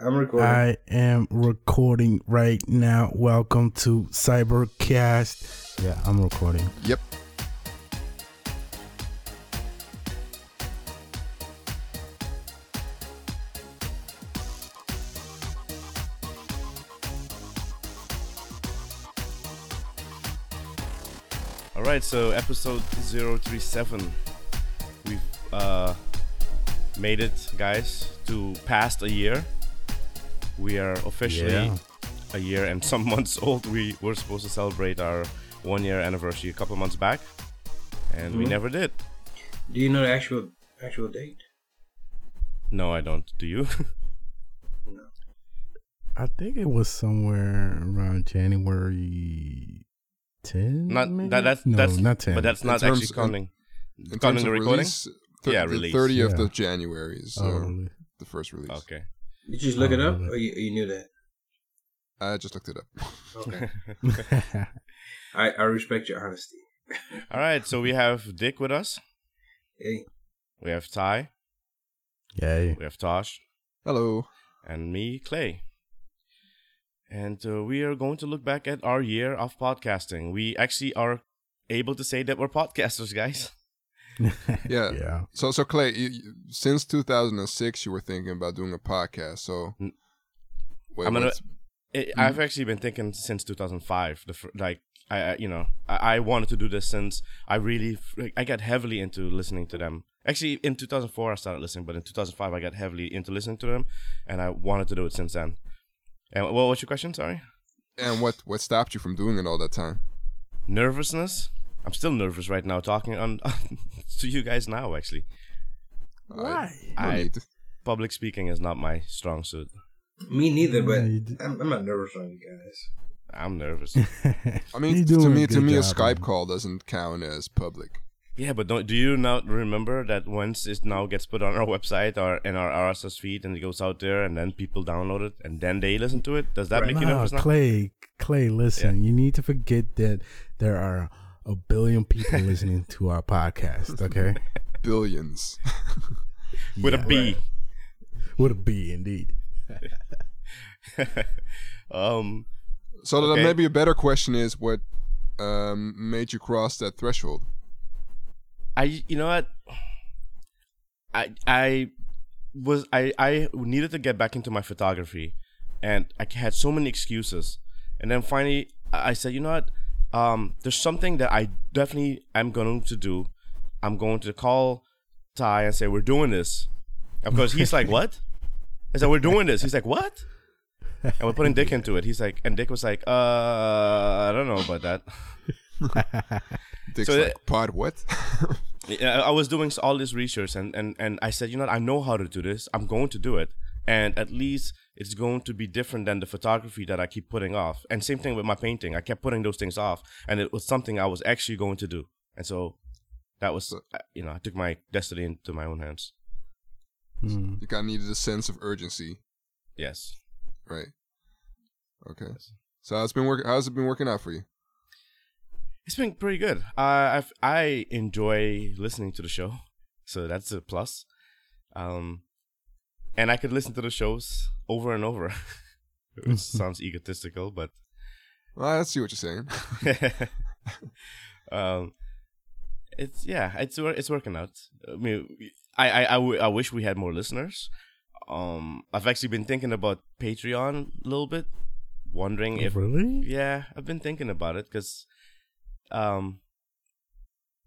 I'm recording. I am recording right now. Welcome to Cybercast. Yeah, I'm recording. Yep. All right, so episode 037. We've uh, made it, guys, to past a year. We are officially Yeah. a year and some months old. We were supposed to celebrate our one year anniversary a couple months back, and we never did. Do you know the actual actual date? No, I don't. Do you? No. I think it was somewhere around January 10. not maybe? that, that's no, that's not 10. but that's not terms- actually counting. In terms Counting of the recording. release, thir- Yeah, the release. 30th Yeah. of January is uh, Oh, really? the first release. Okay. Did you just look I it up, don't know. or you, you knew that? I just looked it up. Okay. I, I respect your honesty. All right, so we have Dick with us. Hey, We have Ty. Yay. We have Tosh. Hello. and me, Clay. And uh, we are going to look back at our year of podcasting. We actually are able to say that we're podcasters, guys. Yeah. Yeah. So, so Clay, you, you, since 2006, you were thinking about doing a podcast. So, Mm. wait, I'm gonna- what's- It, I've actually been thinking since 2005. The fir- like, I, I you know, I, I wanted to do this since I really f- I got heavily into listening to them. Actually, in 2004 I started listening, but in 2005 I got heavily into listening to them, and I wanted to do it since then. And what was your question? Sorry. and what what stopped you from doing it all that time? Nervousness. I'm still nervous right now talking on to you guys now. Actually, Why? I, no I- need. public speaking is not my strong suit. me neither, but Yeah, you d- I'm, I'm not nervous on you guys. I'm nervous. I You're mean, to doing me, a to good me, a job, Skype man. call doesn't count as public. yeah, but don't, do you not remember that once it now gets put on our website or in our RSS feed and it goes out there and then people download it and then they listen to it? Does that make you No, nervous now? Clay, Clay, listen, you need to forget that there are a billion people listening to our podcast, okay? Billions. With a B. Would it be indeed? um, So, that Okay. maybe a better question is what um, made you cross that threshold? I you know what I I was I I needed to get back into my photography and I had so many excuses and then finally I I said you know what um there's something that I definitely am going to do I'm going to call Ty and say we're doing this of course he's like what I said we're doing this he's like what and we're putting Dick into it he's like and Dick was like uh I don't know about that Dick's So, uh, like, pod what? Yeah, I I was doing all this research and, and, and I said, you know, what, I know how to do this. I'm going to do it. And at least it's going to be different than the photography that I keep putting off. And same thing with my painting. I kept putting those things off and it was something I was actually going to do. And so that was, uh, you know, I took my destiny into my own hands. Hmm. you kind of needed a sense of urgency, Yes. right? Okay. So how's it been working? How's it been working out for you? It's been pretty good. I I've, I enjoy listening to the show, so that's a plus. Um, and I could listen to the shows over and over. Which sounds egotistical, but Well, I see what you're saying. um, it's yeah, it's wor- it's working out. I mean, I I I, w- I wish we had more listeners. Um, I've actually been thinking about Patreon a little bit, wondering if really? yeah, I've been thinking about it because, um,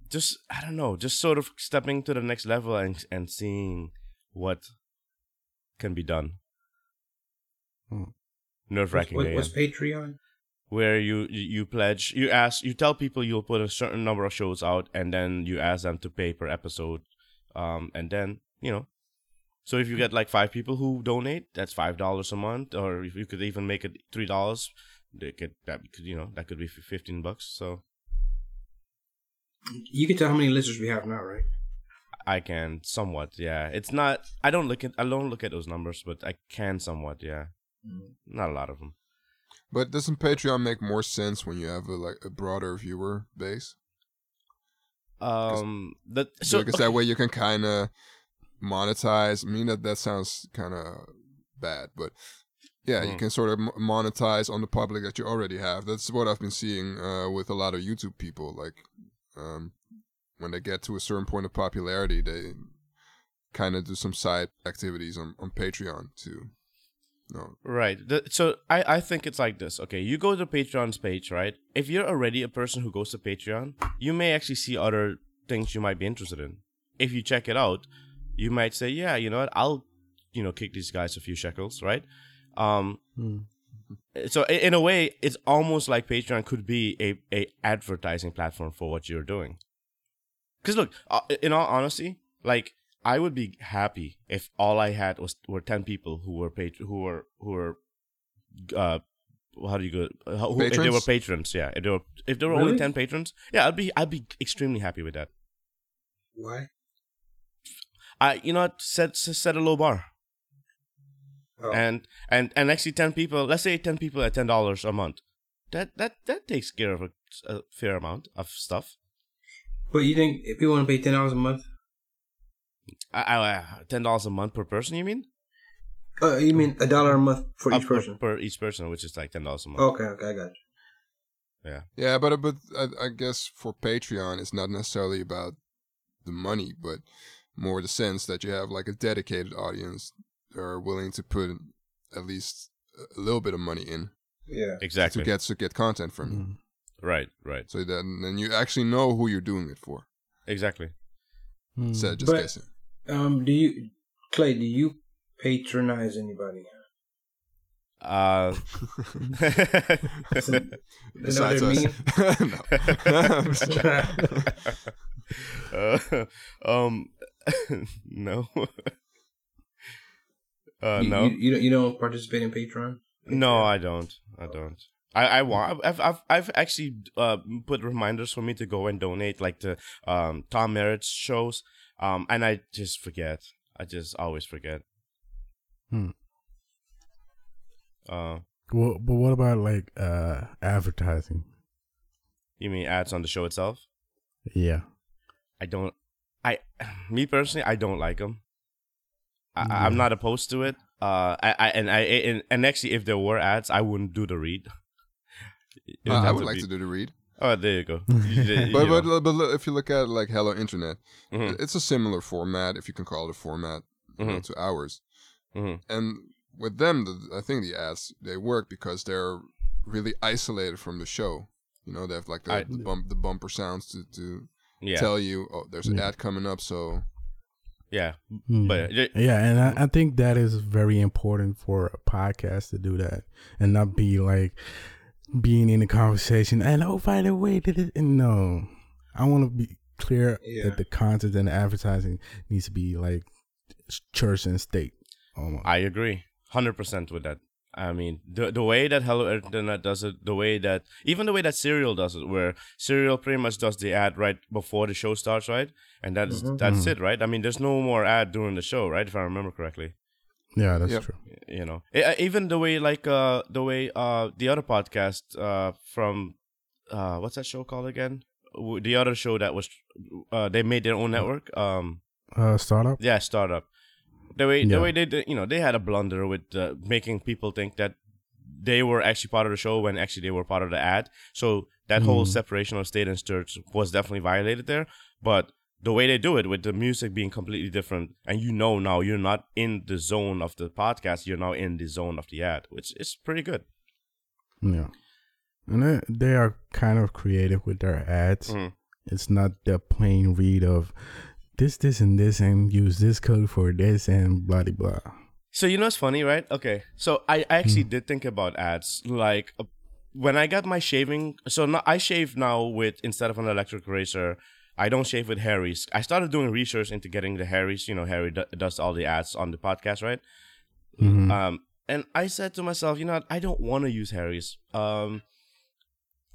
just I don't know, just sort of stepping to the next level and and seeing what can be done. Hmm. Nerve wracking. What, what's Patreon? where you you you pledge you ask you tell people you'll put a certain number of shows out and then you ask them to pay per episode um and then you know so if you get like five people who donate that's five dollars a month or if you could even make it three dollars they could that could you know that could be f- 15 bucks so You can tell how many listeners we have now, right? i can somewhat yeah it's not i don't look at i don't look at those numbers but i can somewhat yeah Mm. not a lot of them But doesn't Patreon make more sense when you have a, like a broader viewer base? um that so So because that way you can kind of monetize. I mean that that sounds kind of bad, but yeah, you can sort of m- monetize on the public that you already have. That's what I've been seeing uh, with a lot of YouTube people. Like, um, when they get to a certain point of popularity, they kind of do some side activities on, on Patreon too. No, Right. The, so I, I think it's like this. Okay, you go to Patreon's page, right? If you're already a person who goes to Patreon, you may actually see other things you might be interested in. If you check it out, you might say, yeah, you know what? I'll, you know, kick these guys a few shekels, right? Um, Hmm. so i- in a way, it's almost like Patreon could be a, a advertising platform for what you're doing. Because look, uh, in all honesty, like I would be happy if all I had was were ten people who were pat- who were who were, uh, how do you go? uh, Who, if they Patrons? were patrons, yeah. If there were if there were only Really? ten patrons, yeah, I'd be I'd be extremely happy with that. Why? I you know what, set set a low bar. Oh. and and and actually 10 people let's say 10 people at $10 a month that that that takes care of a, a fair amount of stuff but you think if people want to pay ten dollars a month? I, I, I- $10 a month per person you mean Uh, you mean a dollar a month for Uh, each person? Oh. per, per each person which is like $10 a month Okay, okay, I got you. yeah yeah, but uh, but I, I guess for Patreon, it's not necessarily about the money, but more the sense that you have like a dedicated audience that are willing to put at least a little bit of money in Yeah. exactly Mm-hmm. to get to get content from you. right right So then then you actually know who you're doing it for. exactly Mm-hmm. Hmm. Instead of just But- guessing. Um, do you, Clay? Do you patronize anybody? uh Besides what I us. no. I'm just kidding. Uh, um no uh you, no You, you, don't- you don't participate in Patreon? No, I don't. I don't. I, I want. I've, I've I've actually uh, put reminders for me to go and donate, like the um, Tom Merritt's shows, um, and I just forget. I just always forget. Hmm. Uh, Well, but what about like uh advertising? you mean ads on the show itself? Yeah. I don't. I, me personally, I don't like them. I, I- I'm Yeah. not opposed to it. Uh, I, I and I and, and actually, if there were ads, I wouldn't do the read. It Uh, I have would like be- to do the read. Oh, there you go. You- you But, know. but but look, if you look at like Hello Internet, Mhm, it's a similar format, if you can call it a format, you know, mhm, to ours. mhm. And with them, the, I think the ads they work because they're really isolated from the show. You know, they have like the, I- the bump the bumper sounds to, to Yeah, tell you, oh, there's an Yeah. ad coming up. So yeah, Hmm. but it- yeah, and I, I think that is very important for a podcast to do that and not be like being in a conversation and oh by the way, did it and no. I wanna be clear Yeah. that the content and advertising needs to be like church and state. Oh Almost. I agree, hundred percent with that. I mean, the the way that Hello Internet does it, the way that even the way that Serial does it, where Serial pretty much does the ad right before the show starts, right, and that's Mm-hmm. Mhm. that's Mhm. it, right. I mean, there's no more ad during the show, right, if I remember correctly. yeah, that's Yep. true. You know, E- uh, even the way like uh the way uh the other podcast uh from uh what's that show called again? W- The other show that was uh they made their own network um. Uh startup. Yeah, startup. The way Yeah. the way they did, you know they had a blunder with uh, making people think that they were actually part of the show when actually they were part of the ad. So that whole Mm. separation of state and church was definitely violated there. But the way they do it with the music being completely different, and you know now you're not in the zone of the podcast, you're now in the zone of the ad, which is pretty good. Yeah. And they, they are kind of creative with their ads. Mhm. It's not the plain read of this, this, and this, and use this code for this, and blah, de blah. So you know what's funny, right? Okay, so I, I actually did think about ads. Like uh, when I got my shaving, so now I shave now with instead of an electric razor, I don't shave with Harry's. I started doing research into getting the Harry's. You know, Harry d- does all the ads on the podcast, right? Mhm. Um, and I said to myself, you know, what? I don't want to use Harry's. Um,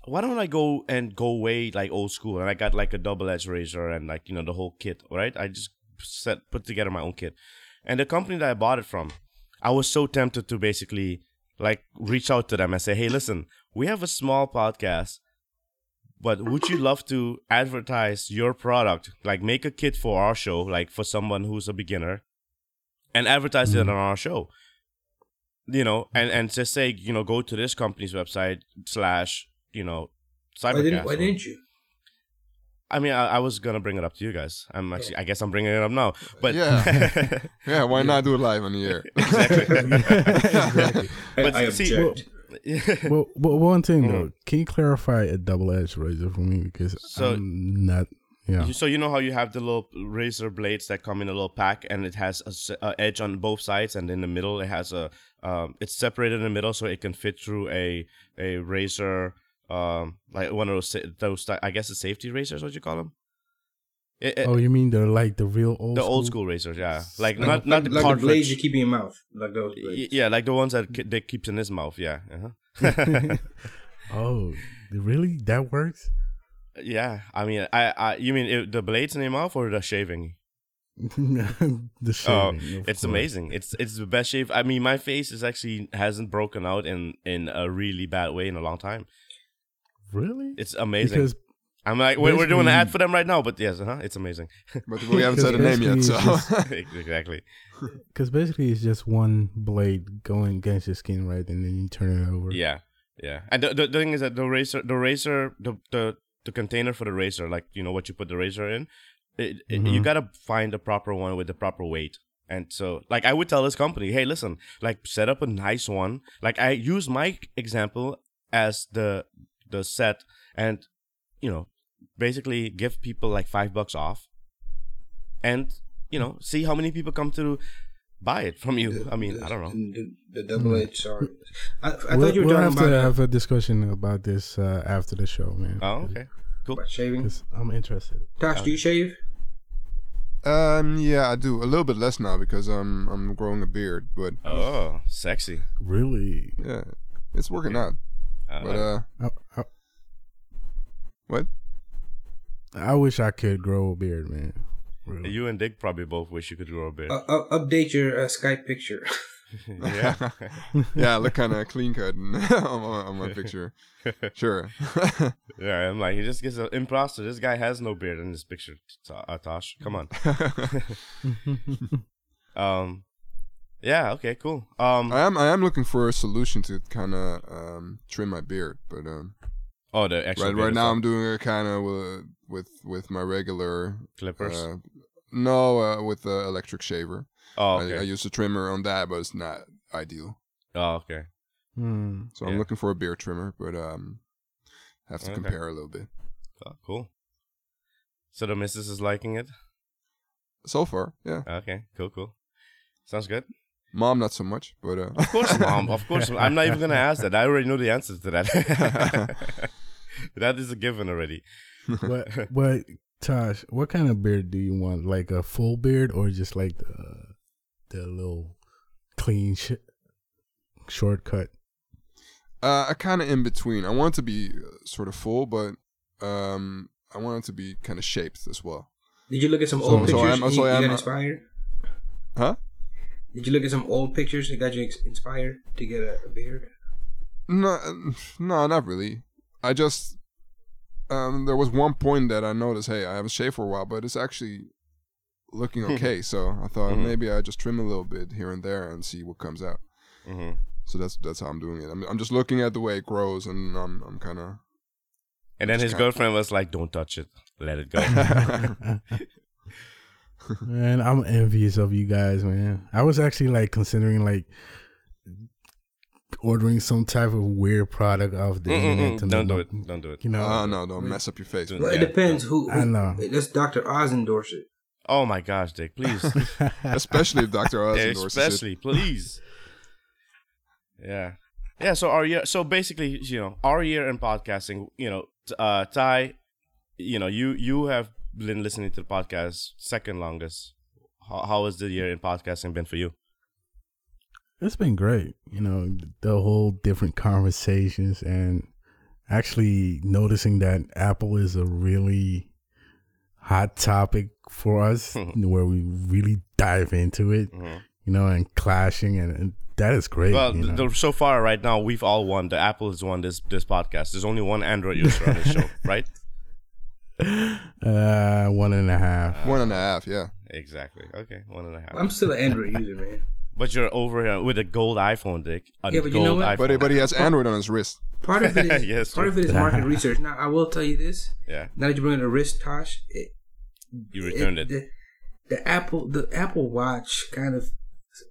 why don't I go and go way like old school? And I got like a double edged razor and like you know the whole kit, right? I just set put together my own kit, and the company that I bought it from, I was so tempted to basically like reach out to them and say, hey, listen, we have a small podcast. But would you love to advertise your product, like make a kit Mm-hmm. for our show, like for someone who's a beginner, and advertise it on our show? you know, and and just say you know go to this company's website slash you know Why didn't, cybercast. why didn't you? I mean, I, I was gonna bring it up to you guys. I'm actually, I guess I'm bringing it up now. But Yeah. Yeah, why not do it live on the air? Exactly. I, But I see- object. well, but one thing Mm. though, can you clarify a double edged razor for me because So- I'm not. Yeah. You- So you know how you have the little razor blades that come in a little pack, and it has a, s- a edge on both sides, and in the middle it has a. Um, it's separated in the middle, so it can fit through a a razor, um, like one of those sa- those. ti- I guess it's safety razors, what you call them. It, it- oh, you mean they're like the real old eh, the old school razors, yeah, like Like- not not the like the blades you cartridge. keep in your mouth, like those blades. Y- Yeah, like the ones that ki- that keeps in his mouth. Yeah, uh-huh. Oh, really? That works? yeah. I mean, I, I you mean it, the blades in your mouth or the shaving? the Oh, shaving, of it's course. amazing. It's it's the best shave. I mean, my face is actually hasn't broken out in in a really bad way in a long time. Really? It's amazing. Because I'm like we're, we're doing an ad basically- for them right now, but yes, huh? It's amazing. But we haven't said a name yet, so. exactly. Because basically, it's just one blade going against your skin, right? And then you turn it over. Yeah, yeah. And the, the thing is that the razor, the razor, the the the container for the razor, like you know what you put the razor in, it, it- you Mhm. gotta find the proper one with the proper weight. And so, like, I would tell this company, hey, listen, like, set up a nice one. Like, I use my example as the the set, and you know, basically give people like five bucks off, and you know, see how many people come to buy it from you. I mean, I don't know. The, the double edged sword. I, I Hmm. we'll, thought you were we'll talking have about, to uh, have a discussion about this uh, after the show, man. Oh, okay. about shaving. Because I'm interested. Tosh, do you shave? Um, yeah, I do a little bit less now because I'm I'm growing a beard, but Oh, sexy. Really? yeah, it's working out. Uh, But uh, I, I, what? I wish I could grow a beard, man. Really. You and Dick probably both wish you could grow a beard. Uh, uh, update your uh, Skype picture. yeah. Yeah, I look kind of clean cut on, my- on my picture. Sure. yeah, I'm like, he just gets an imposter. This guy has no beard in this picture, T- uh, Tosh. Come on. um, yeah, okay, cool. Um, I am I am looking for a solution to kind of um, trim my beard, but um, oh, the extra right beard right is now up. I'm doing a kind of uh, with with my regular Clippers. uh, no uh, with the electric shaver. oh, I, I okay. use a trimmer on that, but it's not ideal. oh, okay. Hmm. So Yeah. I'm looking for a beard trimmer, but um, have to Okay. compare a little bit. Oh, cool. So the missus is liking it. So far, yeah. Okay, cool, cool. Sounds good. Mom, not so much, but uh, Of course, mom. Of course, I'm not even gonna ask that. I already know the answer to that. that is a given already. what, what, Tosh, what kind of beard do you want? Like a full beard or just like the, the little clean sh- shortcut? uh, I kind of in between. I want it to be uh, sort of full, but um, I want it to be kind of shaped as well. Did you look at some So- old so pictures? I'm- and so you, you I'm, got uh, inspired. Huh? Did you look at some old pictures that got you ex- inspired to get a, a beard? No, uh, no, not really. I just um, there was one point that I noticed. Hey, I haven't shaved for a while, but it's actually looking okay. so I thought Mhm. maybe I just trim a little bit here and there and see what comes out. hmm So that's that's how I'm doing it. I'm, I'm just looking at the way it grows, and I'm I'm kind of And then Just his kinda- girlfriend was like, "Don't touch it. Let it go." man, I'm envious of you guys, man. I was actually like considering like ordering some type of weird product off the internet. Mm-mm-mm. to Don't do look- it. Don't do it. You know, oh no, don't mess up your face. Don't- Well, it Yeah. depends who. who I know. That's Dr. Oz endorse it. Oh my gosh, Dick! Please, Especially if Doctor Oz endorses especially please. Yeah, yeah. So our year, so basically, you know, our year in podcasting, you know, t- uh, Ty, you know, you you have been listening to the podcast second longest. How, how has the year in podcasting been for you? it's been great. You know, the whole different conversations and actually noticing that Apple is a really hot topic for us Mm-hmm. where we really dive into it, Mhm. you know, and clashing and, and that is great. Well, Mm-hmm. you know? th- th- so far right now, we've all won. The Apple has won this this podcast. There's only one Android user on this show, right? Uh, one and a half. Uh, it. One and a half, yeah. Exactly. Okay, one and a half. I'm still an Android user, man. But you're over here with a gold iPhone, Dick. A Yeah, but you gold know what? iPhone. But, but he has Android on his wrist. Part of it is Yes, part of it is market research. Now I will tell you this. yeah, Now that you bring in the wrist, Tosh, it, you returned it. The, the Apple the Apple Watch kind of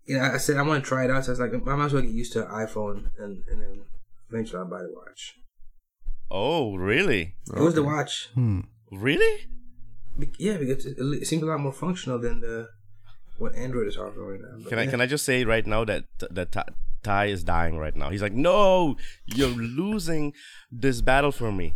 you know, I said I want to try it out, so I was like, I might as well get used to an iPhone and, and then eventually I'll buy the watch. Oh, really? It was the watch. Hmm. Really? Be- Yeah, because it, it seems a lot more functional than the what Android is offering right now. But Can I yeah. can I just say right now that that Ty- Ty is dying right now? He's like, no, you're losing this battle for me.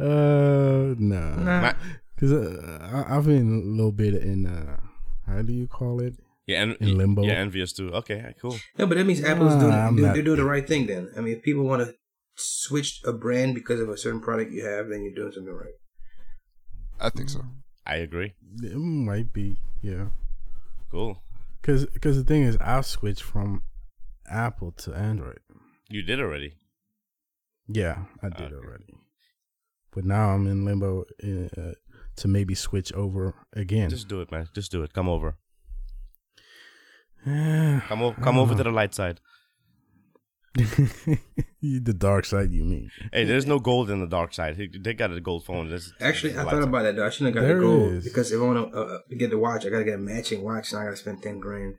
Uh, no. Nah. Ma- Cause uh, I, I've been a little bit in uh, how do you call it? yeah, and In limbo. Yeah, envious too. Okay, cool. No, but that means Apple's doing Nah, I'm do- not- they're doing the right thing. Then I mean, if people want to switch a brand because of a certain product you have, then you're doing something right. I think so. I agree. It might be, yeah. Cool. Cause, 'cause the thing is, I switched from Apple to Android. You did already. Yeah, I did Okay. already. But now I'm in limbo uh, to maybe switch over again. Just do it, man. Just do it. Come over. Yeah, Come over. I Come don't over know. to the light side. You- the dark side. You mean Hey, there's no gold in the dark side. He- They got a gold phone. This- Actually, this I is thought light about that though. I shouldn't have got There the gold is. because if I want to uh, get the watch, I gotta get a matching watch, and I gotta spend ten grand.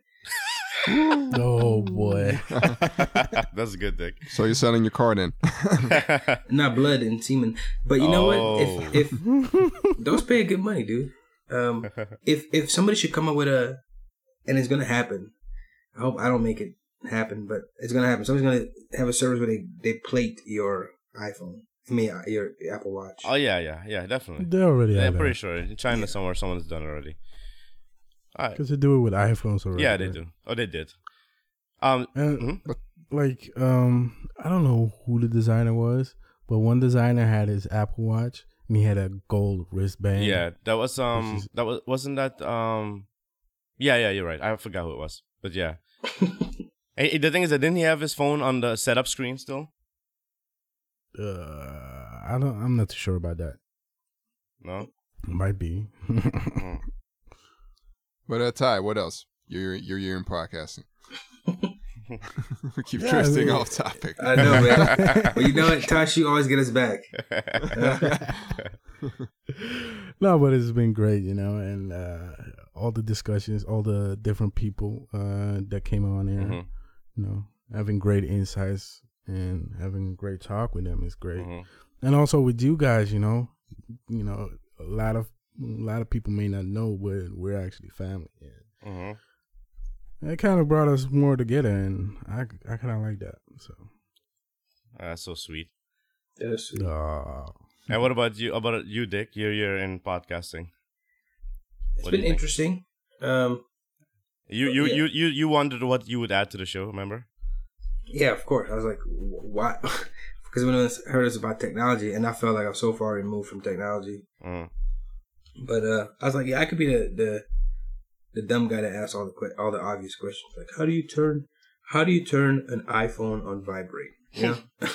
Oh boy. side. That's a good thing. So you're selling your car then? Not blood and semen, but you know Oh. what? If, if those pay good money, dude. Um, if if somebody should come up with a, and it's gonna happen. I hope I don't make it happen, but it's gonna happen. Somebody's gonna have a service where they they plate your iPhone. I mean, uh, your Apple Watch. Oh yeah, yeah, yeah, definitely. They already Yeah, have I'm pretty sure in China somewhere someone's done already. All right. Because they do it with iPhones already. Yeah, they right? do. Oh, they did. Um, And, Mhm. but, like, um, I don't know who the designer was, but one designer had his Apple Watch and he had a gold wristband. yeah, that was um, This is- that was wasn't that um, yeah, yeah, you're right. I forgot who it was, but yeah. Hey, hey, the thing is that didn't he have his phone on the setup screen still? Uh, I don't. I'm not too sure about that. No. Might be. Mm. But uh, Ty, what else? Your your year in podcasting. we keep Yeah, drifting we- off topic. I know, man. but you know what, Tosh, you always get us back. Mm-hmm, no, but it's been great, you know, and uh, all the discussions, all the different people uh, that came on here, Mhm. you know, having great insights and having great talk with them is great. Mhm. and also with you guys, you know, you know, a lot of a lot of people may not know, but we're actually family. Yeah. Mhm. It kind of brought us more together, and I I kind of like that. So, That's Ah, so sweet. Yes. uh, And what about you? About you, Dick? You're you're in podcasting. It's been What do you think? interesting. Um, You you Yeah. you you you wondered what you would add to the show. Remember? yeah, of course. I was like, wh- why? Because when I heard it's about technology, and I felt like I'm so far removed from technology. Mm. But uh, I was like, yeah, I could be the the, the dumb guy that asks all the que- all the obvious questions, like how do you turn how do you turn an iPhone on vibrate? You know,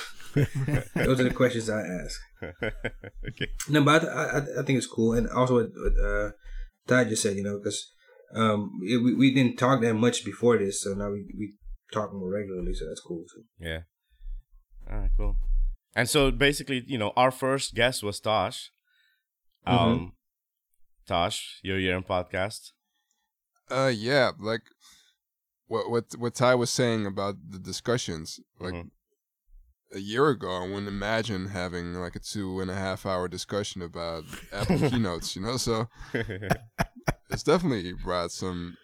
those are the questions I ask. okay. No, but I, I, I think it's cool, and also what, what uh, Ty just said, you know, because um, it, we we didn't talk that much before this, so now we we talk more regularly, so that's cool. too. Yeah. All right, cool. And so basically, you know, our first guest was Tosh. Um, Mm-hmm. Tosh, your year in podcast. Uh, yeah, like what what what Ty was saying about the discussions. Like Mhm. a year ago, I wouldn't imagine having like a two and a half hour discussion about Apple keynotes. You know, so it's definitely brought some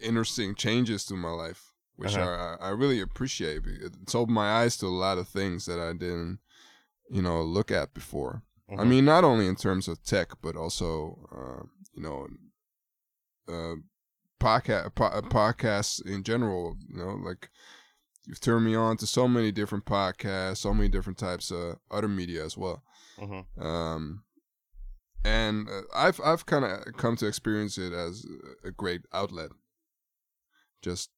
interesting changes to my life, which I I I really appreciate. It's opened my eyes to a lot of things that I didn't, you know, look at before. I Mhm. mean, not only in terms of tech, but also, uh, you know, uh, podcast po- uh, podcasts in general. You know, like you've turned me on to so many different podcasts, so many different types of other media as well Mhm. um, and uh, I've I've kind of come to experience it as a great outlet. Just,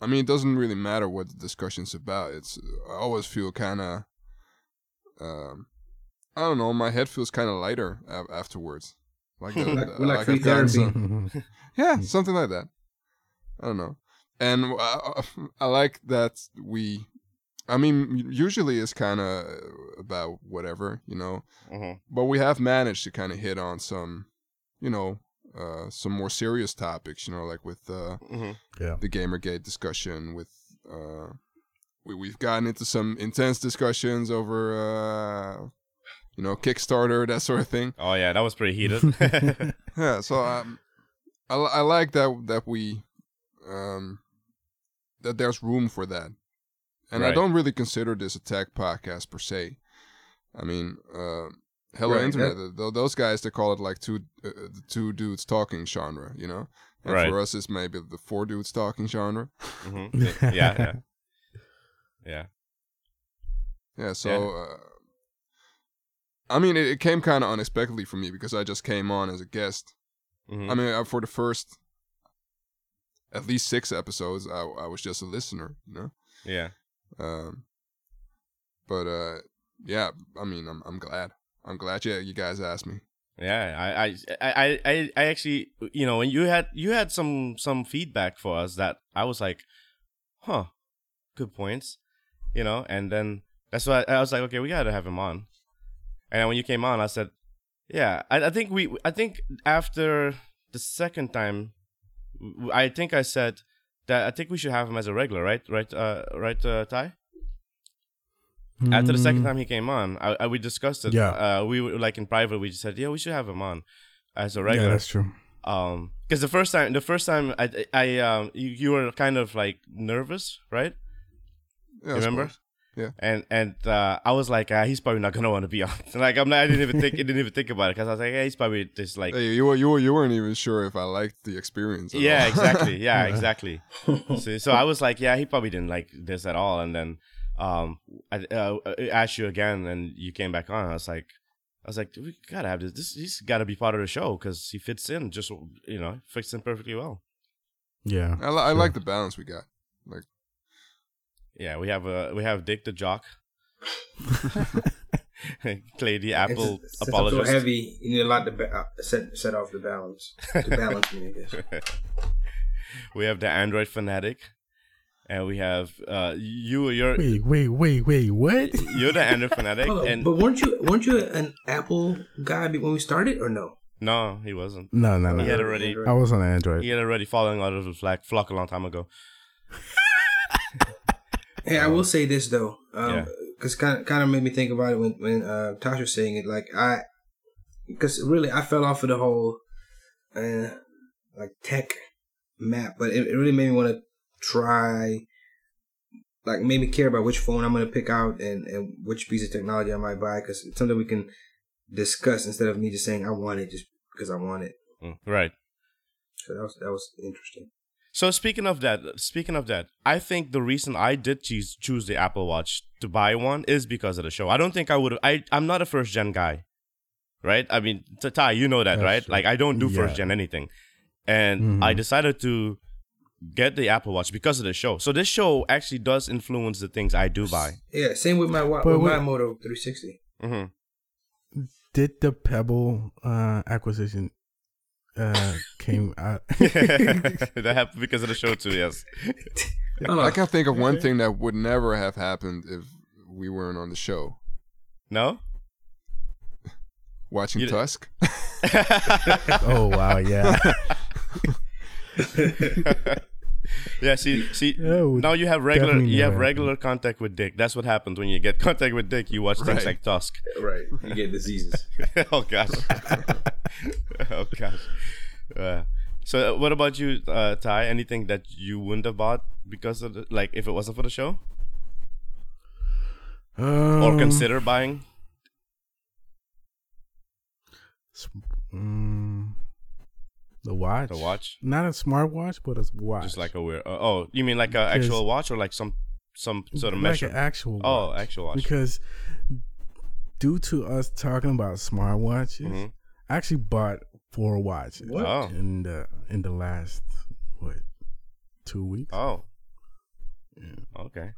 I mean, it doesn't really matter what the discussion's about. It's I always feel kind of, um, I don't know, my head feels kind of lighter a- afterwards. Like, that, Like- we're like I've free gotten therapy. Hmm. some- yeah, something like that. I don't know. And uh, I like that we. I mean, usually it's kind of about whatever, you know, hmm but we have managed to kind of hit on some, you know, uh, some more serious topics, you know, like with uh, hmm yeah. the Gamergate discussion with uh we we've gotten into some intense discussions over uh you know Kickstarter that sort of thing. Oh yeah, that was pretty heated. Mm-hmm. Yeah, so um I li- I like that that we um that there's room for that. And I Right. don't really consider this a tech podcast per se. I mean, uh Hello Right, Internet, th th- those guys they call it like two uh, the two dudes talking genre, you know? And Right. for us it's maybe the four dudes talking genre. hmm Yeah, yeah, yeah. Yeah, so Uh, I mean, it, it came kind of unexpectedly for me because I just came on as a guest. hmm I mean, uh, for the first at least six episodes, I, I was just a listener, you know. yeah. Um, but uh, yeah, I mean, I'm I'm glad. I'm glad you you guys asked me. Yeah, I, I, I, I, I actually, you know, when you had you had some some feedback for us that I was like, huh, good points, you know, and then that's why I was like, okay, we gotta have him on, and then when you came on, I said, yeah, I, I think we, I think after the second time, w- I think I said that I think we should have him as a regular, right, right, uh, right, uh, Ty. After the Mm, second time he came on, I, I, we discussed it. Yeah. Uh, we were like in private. We just said, yeah, we should have him on as a Yeah, regular. that's true. um, because the first time, the first time I, I, um, you, you were kind of like nervous, right? Yeah, I Remember? suppose. Yeah. And and uh, I was like, ah, he's probably not gonna want to be on. like I'm not. I didn't even think. I didn't even think about it because I was like, yeah, he's probably just like. Hey, you were you were you weren't even sure if I liked the experience. at Yeah, all. exactly. Yeah, exactly. Oh. See, so I was like, yeah, he probably didn't like this at all. And then um, I uh, I asked you again, and you came back on. I was like, I was like, we gotta have this. this he's gotta be part of the show because he fits in. Just you know, fits in perfectly well. Yeah. I, li- I like the balance we got. Yeah, we have uh, we have Dick the Jock, Clay the Apple It's- since I'm so apologist. heavy, you need a lot to ba- uh, set set off the balance to balance me. I guess. we have the Android fanatic, and we have uh, you. You're Wait, wait, wait, wait. What? you're the Android fanatic, Hold on, and but weren't you weren't you an Apple guy be- when we started or no? no, he wasn't. No, no, no. He had already I was on Android. He had already fallen out of the flag, flock a long time ago. Hey, I will say this though, um, Yeah. because kind of kind of made me think about it when when uh, Tasha was saying it. Like I, because really I fell off of the whole uh, like tech map, but it, it really made me want to try. Like made me care about which phone I'm gonna pick out and, and which piece of technology I might buy because it's something we can discuss instead of me just saying I want it just because I want it. Hmm. Mm, Right. So that was that was interesting. So speaking of that, speaking of that, I think the reason I did choose choose the Apple Watch to buy one is because of the show. I don't think I would. I I'm not a first gen guy, right? I mean, T- Ty, you know that, That's right? true. Like I don't do first Yeah. gen anything, and I Mhm. decided to get the Apple Watch because of the show. So this show actually does influence the things I do buy. Yeah, same with my wa- But with my wait- Moto 360. mm-hmm. hmm Did the Pebble uh, acquisition uh, came out? yeah, that happened because of the show too. Yes. Hold I on. can think of one thing that would never have happened if we weren't on the show. No. Watching You d- Tusk. oh wow, yeah. yeah, see, see, Yeah, we now you have regular, definitely you have never regular contact with Dick. That's what happens when you get contact with Dick. You watch things Right. like Tusk. Right, you get diseases. oh gosh, oh gosh. Uh, so, uh, what about you, uh, Ty? Anything that you wouldn't have bought because of, the, like, if it wasn't for the show, or Um, consider buying? s- mm, the watch. The watch? Not a smartwatch, but a watch. Just like a weird. Uh, oh, you mean like an actual watch or like some some sort of like measure? an actual. Oh, watch. actual watch. Because due to us talking about smartwatches, Mhm. I actually bought four watches What? Oh. in the in the last what two weeks. Oh. Okay.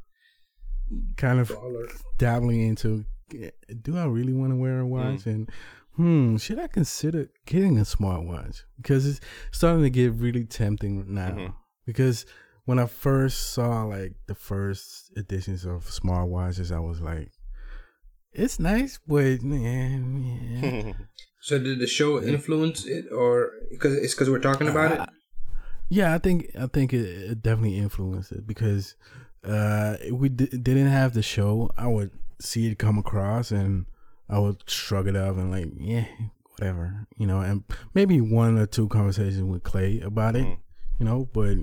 Kind of Dollar. dabbling into do I really want to wear a watch and hmm, should I consider getting a smartwatch? Because it's starting to get really tempting now. Mhm. Because when I first saw like the first editions of smartwatches, I was like, it's nice, but man, yeah. So did the show influence it, or because it's because we're talking about Uh, it? Yeah, I think I think it, it definitely influenced it because uh, if we d- didn't have the show, I would see it come across and I would shrug it up and like, yeah, whatever, you know. And maybe one or two conversations with Clay about it, you know. But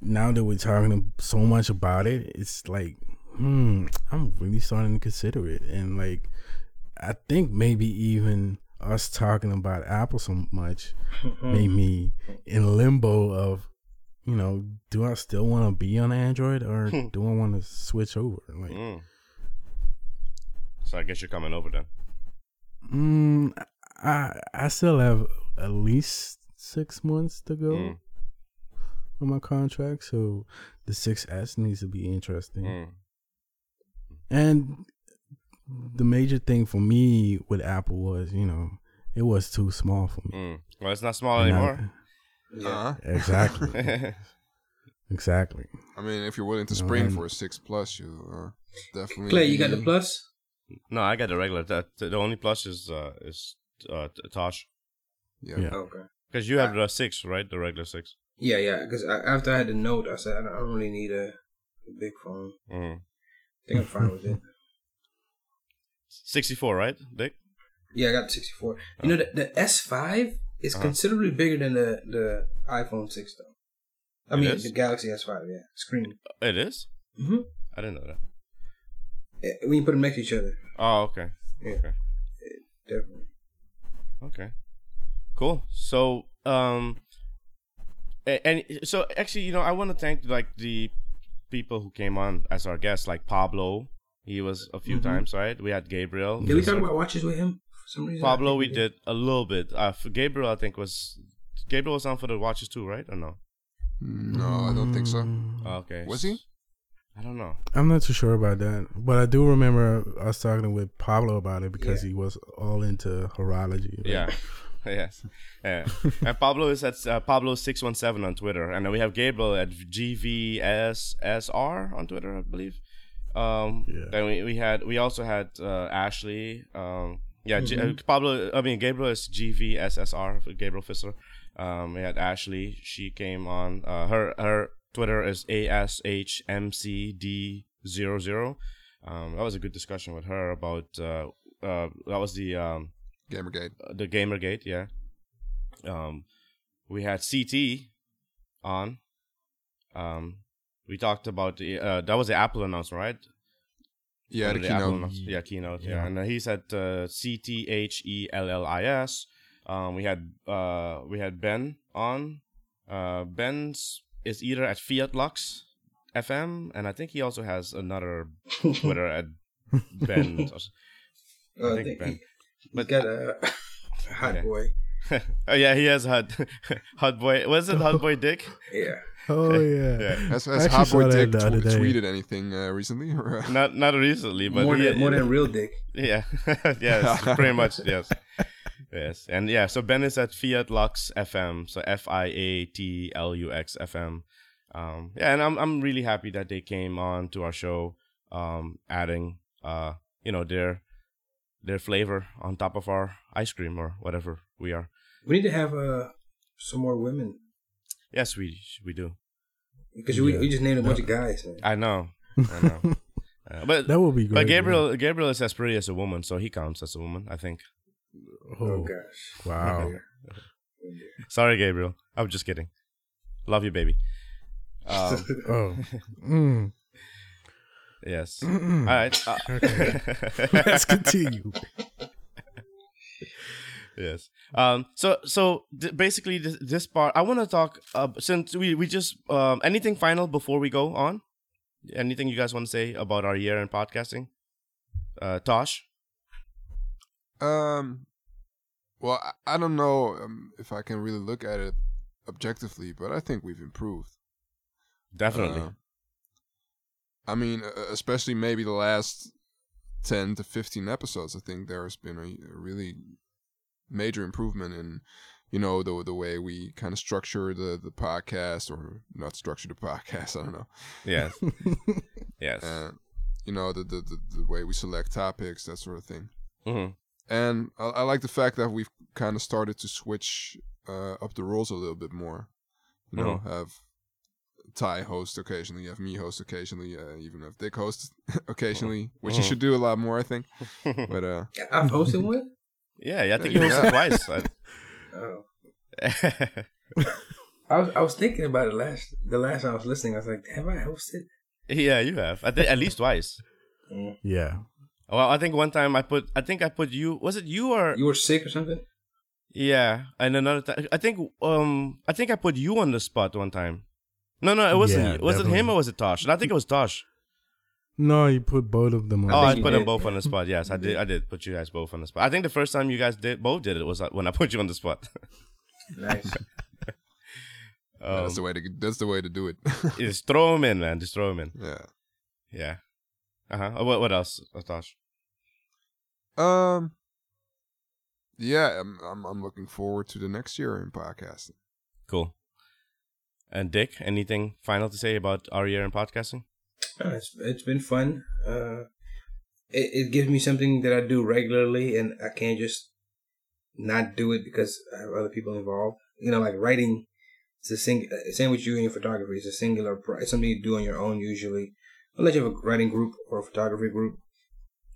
now that we're talking so much about it, it's like, hmm, I'm really starting to consider it, and like, I think maybe even us talking about Apple so much made me in limbo of you know do i still want to be on android or do i want to switch over like Mm. So I guess you're coming over then. mm, i i still have at least six months to go Mm. on my contract so the 6s needs to be interesting Mm. and the major thing for me with apple was you know it was too small for me Mm. Well, it's not small And I- anymore. Uh-huh. exactly exactly I mean, if you're willing to No, spring I'm- for a six plus, you are Uh, definitely. Clay, you got the plus. no, I got the regular. The, the only plus is uh, is uh, t- Tosh Yeah. Yeah. Oh, Okay. because you have the six, right? The regular six. Yeah, yeah. Because after I had the note, I said I don't, I don't really need a, a big phone. Mm. I think I'm fine with it. Sixty-four, right, Dick? Yeah, I got 64. You know, the, the S5 is Uh. Uh-huh. considerably bigger than the, the iPhone 6, though. I It mean, is? the Galaxy S5, yeah. Screen. It is. Mm-hmm. I didn't know that. When you put them next to each other, Oh, okay. Yeah. Okay. definitely. Okay. Cool. So, um, a- and so actually, you know, I want to thank like the people who came on as our guests, like Pablo. He was a few Mhm. times, right? We had Gabriel. Did we talk about watches with him for some reason? Pablo, we did a little bit. Uh, for Gabriel, I think was Gabriel was on for the watches too, right? Or no? No, I don't think so. Mm. Mm-hmm. Okay. Was he? I don't know. I'm not too sure about that, but I do remember us talking with Pablo about it because Yeah. he was all into horology. right? Yeah. yes. Yeah. and Pablo is at uh, Pablo six one seven on Twitter, and then we have Gabriel at GVSSR on Twitter, I believe. Um, Yeah. Then we, we had we also had uh, Ashley. Um, yeah, G- Mm-hmm. uh Pablo. I mean, Gabriel is GVSSR. for Gabriel Fissler. Um, we had Ashley. She came on. Uh, her her Twitter is ASHMCD00. Um, that was a good discussion with her about. Uh, uh, that was the um, Gamergate. the Gamergate, yeah. Um, we had CT on. Um, we talked about the uh, that was the Apple announcement, right? Yeah, One the of Apple keynote. announce- yeah, keynote. Yeah, Yeah. and uh, he's at uh, C T H E L L I S. Um, we had uh, we had Ben on. Uh, Ben's is either at Fiat Lux FM, and I think he also has another Twitter at Ben. Uh, I I think think Ben. he, but, But- got a, a hot Yeah. boy. oh yeah, he has hot hot boy. Was it hot boy Dick? Yeah. Oh yeah. Yeah. Has, I has actually Hot Boy saw that Dick the other tw- day. tweeted anything uh, recently? Or, uh, Not not recently, but more, he- than, more than real dick. yeah, yes, pretty much yes, yes, and yeah. So Ben is at Fiat Lux FM, so F I A T L U X FM. Um, yeah, and I'm I'm really happy that they came on to our show, um, adding uh, you know their their flavor on top of our ice cream or whatever we are. We need to have uh, some more women. Yes, we we do. Because we, Yeah. we just named a bunch of guys. Man. I know, I know. Uh, but That would be great. but Gabriel Gabriel is as pretty as a woman, so he counts as a woman, I think. yeah. Oh, Oh, gosh. Wow. Sorry, Gabriel. I'm just kidding. Love you, baby. Um, oh. Mm. yes. All Mm-mm. right. Uh, Let's continue. yes. Um. So so th- basically, this, this part I want to talk. Uh, since we we just um anything final before we go on, anything you guys want to say about our year in podcasting? Uh, Tosh. um, well, I, I don't know um, if I can really look at it objectively, but I think we've improved. Definitely. e-, Uh, I mean, uh, especially maybe the last ten to fifteen episodes, I think there has been a, a really major improvement in you know the the way we kind of structure the the podcast or not structure the podcast. I don't know. Yes. yes. Uh, you know the, the the the way we select topics, that sort of thing. hmm And I, I like the fact that we've kind of started to switch uh, up the roles a little bit more. You know, have Ty host occasionally, have me host occasionally, uh, even have Dick host occasionally, which you Mhm. should do a lot more, I think. But uh, I've hosted one. Yeah, yeah, I think you hosted Yeah. twice. Oh. I- I was I was thinking about it last the last time I was listening. I was like, have I hosted? yeah, you have. I think at least twice. Yeah. Well, I think one time I put. I think I put you. Was it you or You were sick or something? Yeah, and another time, I think um, I think I put you on the spot one time. No, no, it wasn't. Yeah, you. was it him definitely. or was it Tosh? I think it was Tosh. No, you put both of them on. oh, think I you put them did. both on the spot. Yes, I did. I did put you guys both on the spot. I think the first time you guys did both did it was uh, when I put you on the spot. Nice. Um, that's the way to that's the way to do it. just throw him in, man. Just throw him in. yeah. Yeah. Uh huh. What What else, uh, Tosh? Um. Yeah, I'm, I'm I'm looking forward to the next year in podcasting. Cool. And Dick, anything final to say about our year in podcasting? Uh, it's it's been fun. Uh, it it gives me something that I do regularly, and I can't just not do it because I have other people involved. You know, like writing. It's a sing. uh, Same with you and your photography. It's a singular. pro- It's something you do on your own usually, unless you have a writing group or a photography group.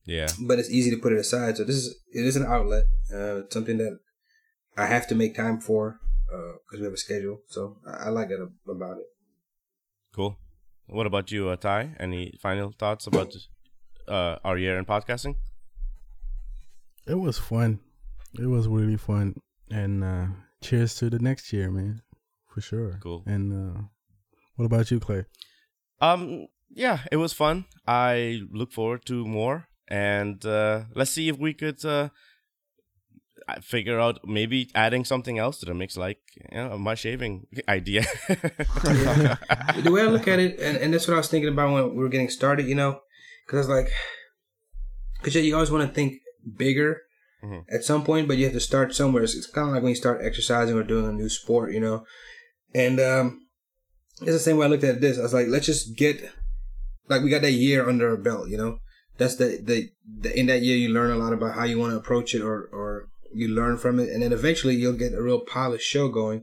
Yeah. But it's easy to put it aside. So this is it is an outlet. Uh, it's something that I have to make time for because we have a schedule. So I, I like that ab- about it. Cool. What about you, uh, Ty? Any final thoughts about uh, our year in podcasting? It was fun. It was really fun. And uh cheers to the next year, man. For sure. Cool. And uh what about you, Clay? Um, yeah, it was fun. I look forward to more, and uh, let's see if we could uh, I- figure out maybe adding something else to the mix, like you know, my shaving idea. the way I look at it, and, and that's what I was thinking about when we were getting started, you know, because I was like, because you always want to think bigger Mhm. at some point, but you have to start somewhere. It's, kind of like when you start exercising or doing a new sport, you know, and um, it's the same way I looked at this. I was like, let's just get like we got that year under our belt, you know. That's the the, the in that year you learn a lot about how you want to approach it, or or you learn from it, and then eventually you'll get a real polished show going.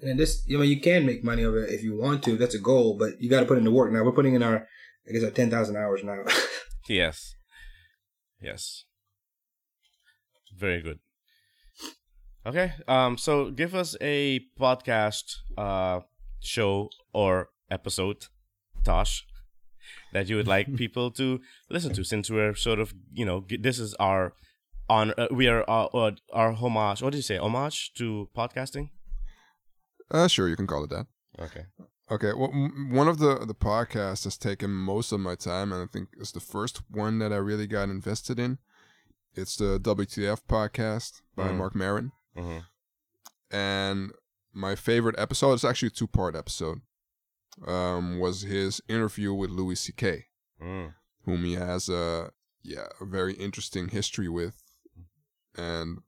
And then this, you know, you can make money of it if you want to. That's a goal, but you got to put in the work. Now we're putting in our, I guess, our ten thousand hours now. yes, yes, very good. Okay, um, so give us a podcast uh show or episode, Tosh, that you would like people to listen to, since we're sort of you know g- this is our on uh, we are our, our, our homage. What did you say? Homage to podcasting. Uh, sure, you can call it that. Okay. Okay, well, m- one of the the podcasts has taken most of my time, and I think it's the first one that I really got invested in. It's the WTF podcast by Mhm. Mark Marin, hmm and my favorite episode it's actually a two part episode. Um, was his interview with Louis C.K., Mm. whom he has a yeah a very interesting history with, and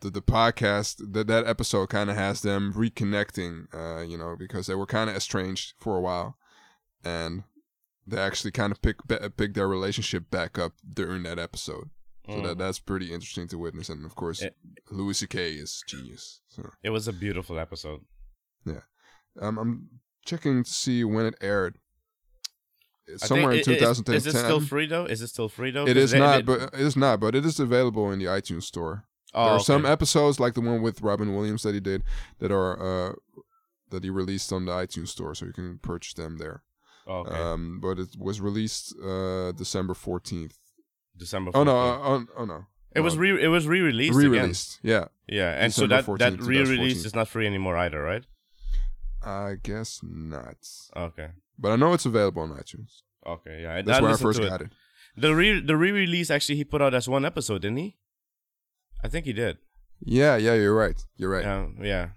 the the podcast that that episode kind of has them reconnecting, uh, you know, because they were kind of estranged for a while, and they actually kind of pick ba- pick their relationship back up during that episode. So Mm. that that's pretty interesting to witness, and of course, It- Louis C.K. is genius. So It was a beautiful episode. um, I'm checking to see when it aired. It's I think- somewhere i- i- in is- 2010. Is, it still free though? Is it still free though? It 'Cause is they- not, they- but it is not, but it is available in the iTunes store. Oh, there are some okay. episodes, like the one with Robin Williams that he did, that are uh, that he released on the iTunes store, so you can purchase them there. Oh, okay. Um, but it was released uh, December fourteenth. December. Oh no! 14th. Uh, oh, oh no! It was No, re it was re-released. Re-released. re-released. Yeah, Yeah, and December so that 14th, that re-release 2014. is not free anymore either, right? I guess not. Okay. But I know it's available on iTunes. Okay. Yeah. I- That's I where I listened first to got it. The re the re-release actually he put out as one episode, didn't he? I think he did. Yeah, yeah, you're right. You're right. Um, yeah.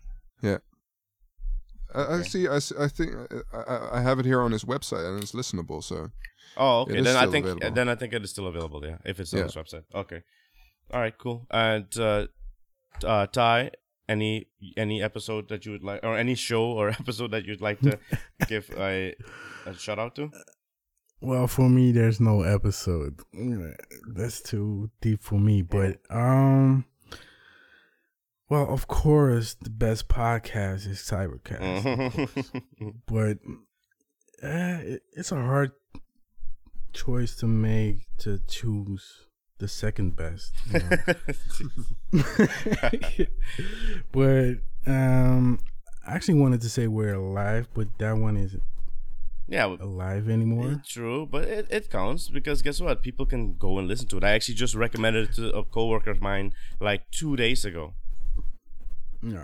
I, I see. I, s- I think I- I, I have it here on his website and it's listenable. So Oh, It okay. is Then I still think available. then I think it is still available. Yeah, if it's on Yeah. this website. Okay. All right. Cool. And uh, uh, Ty, any any episode that you would like, or any show or episode that you'd like to give a, a shout out to? Well, for me, there's no episode. Mm, That's too deep for me. But um, well, of course, the best podcast is Cybercast. Mm-hmm. But uh, it, it's a hard choice to make to choose the second best. you know? but um, I actually wanted to say we're alive, but that one isn't yeah. well, alive anymore. It's true, but it, it counts because guess what? People can go and listen to it. I actually just recommended it to a coworker of mine like two days ago. No.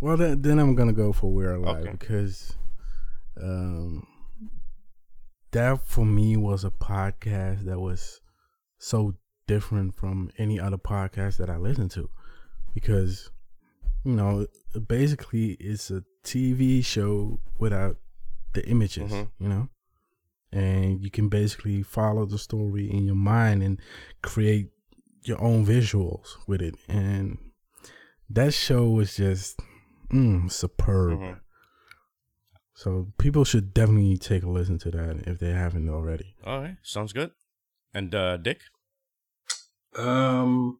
Well, then, then I'm gonna go for We're Alive Okay. because, um, that for me was a podcast that was so different from any other podcast that I listened to, because, you know, basically it's a TV show without the images, Mhm. you know, and you can basically follow the story in your mind and create your own visuals with it and that show was just mm, superb Mhm. so people should definitely take a listen to that if they haven't already All right, sounds good. And uh, Dick, Um,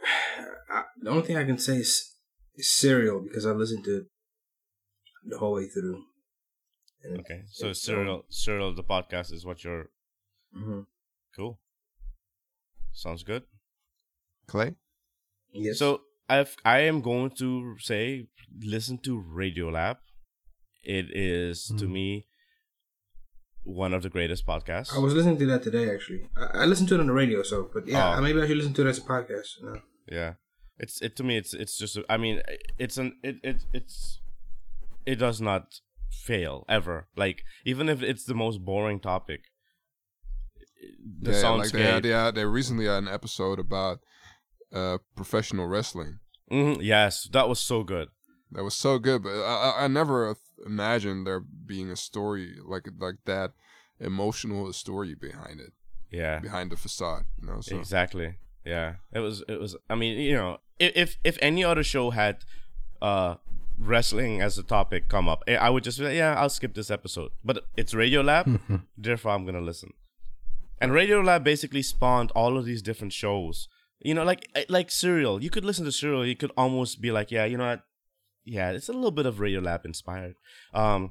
I, the only thing I can say is, is cereal because I listened to it the whole way through. And it- okay. So it- serial serial of the podcast is what you're Mhm. Cool. Sounds good. Clay, Yes. So I've I am going to say listen to Radiolab. It is to Mm. me one of the greatest podcasts. I was listening to that today actually. I, I listened to it on the radio, so but yeah, Oh. maybe I should listen to it as a podcast. No. yeah. It's it to me it's it's just I mean it's an it, it it's it does not fail ever. Like even if it's the most boring topic the yeah, yeah, like soundscape they had, they had they recently had an episode about uh, professional wrestling. Mhm, yes, that was so good. That was so good, but I, I- I never imagined there being a story like like that emotional story behind it, Yeah. behind the facade. You know, so Exactly. Yeah. It was. It was. I mean, you know, i- if if any other show had uh wrestling as a topic come up, eh, I I would just be like, yeah, I'll skip this episode. But it's Radio Lab, therefore I'm gonna listen. And Radio Lab basically spawned all of these different shows. You know, like eh, like Serial. You could listen to Serial. You could almost be like, yeah, you know what? Yeah, it's a little bit of Radio Lab inspired. Um,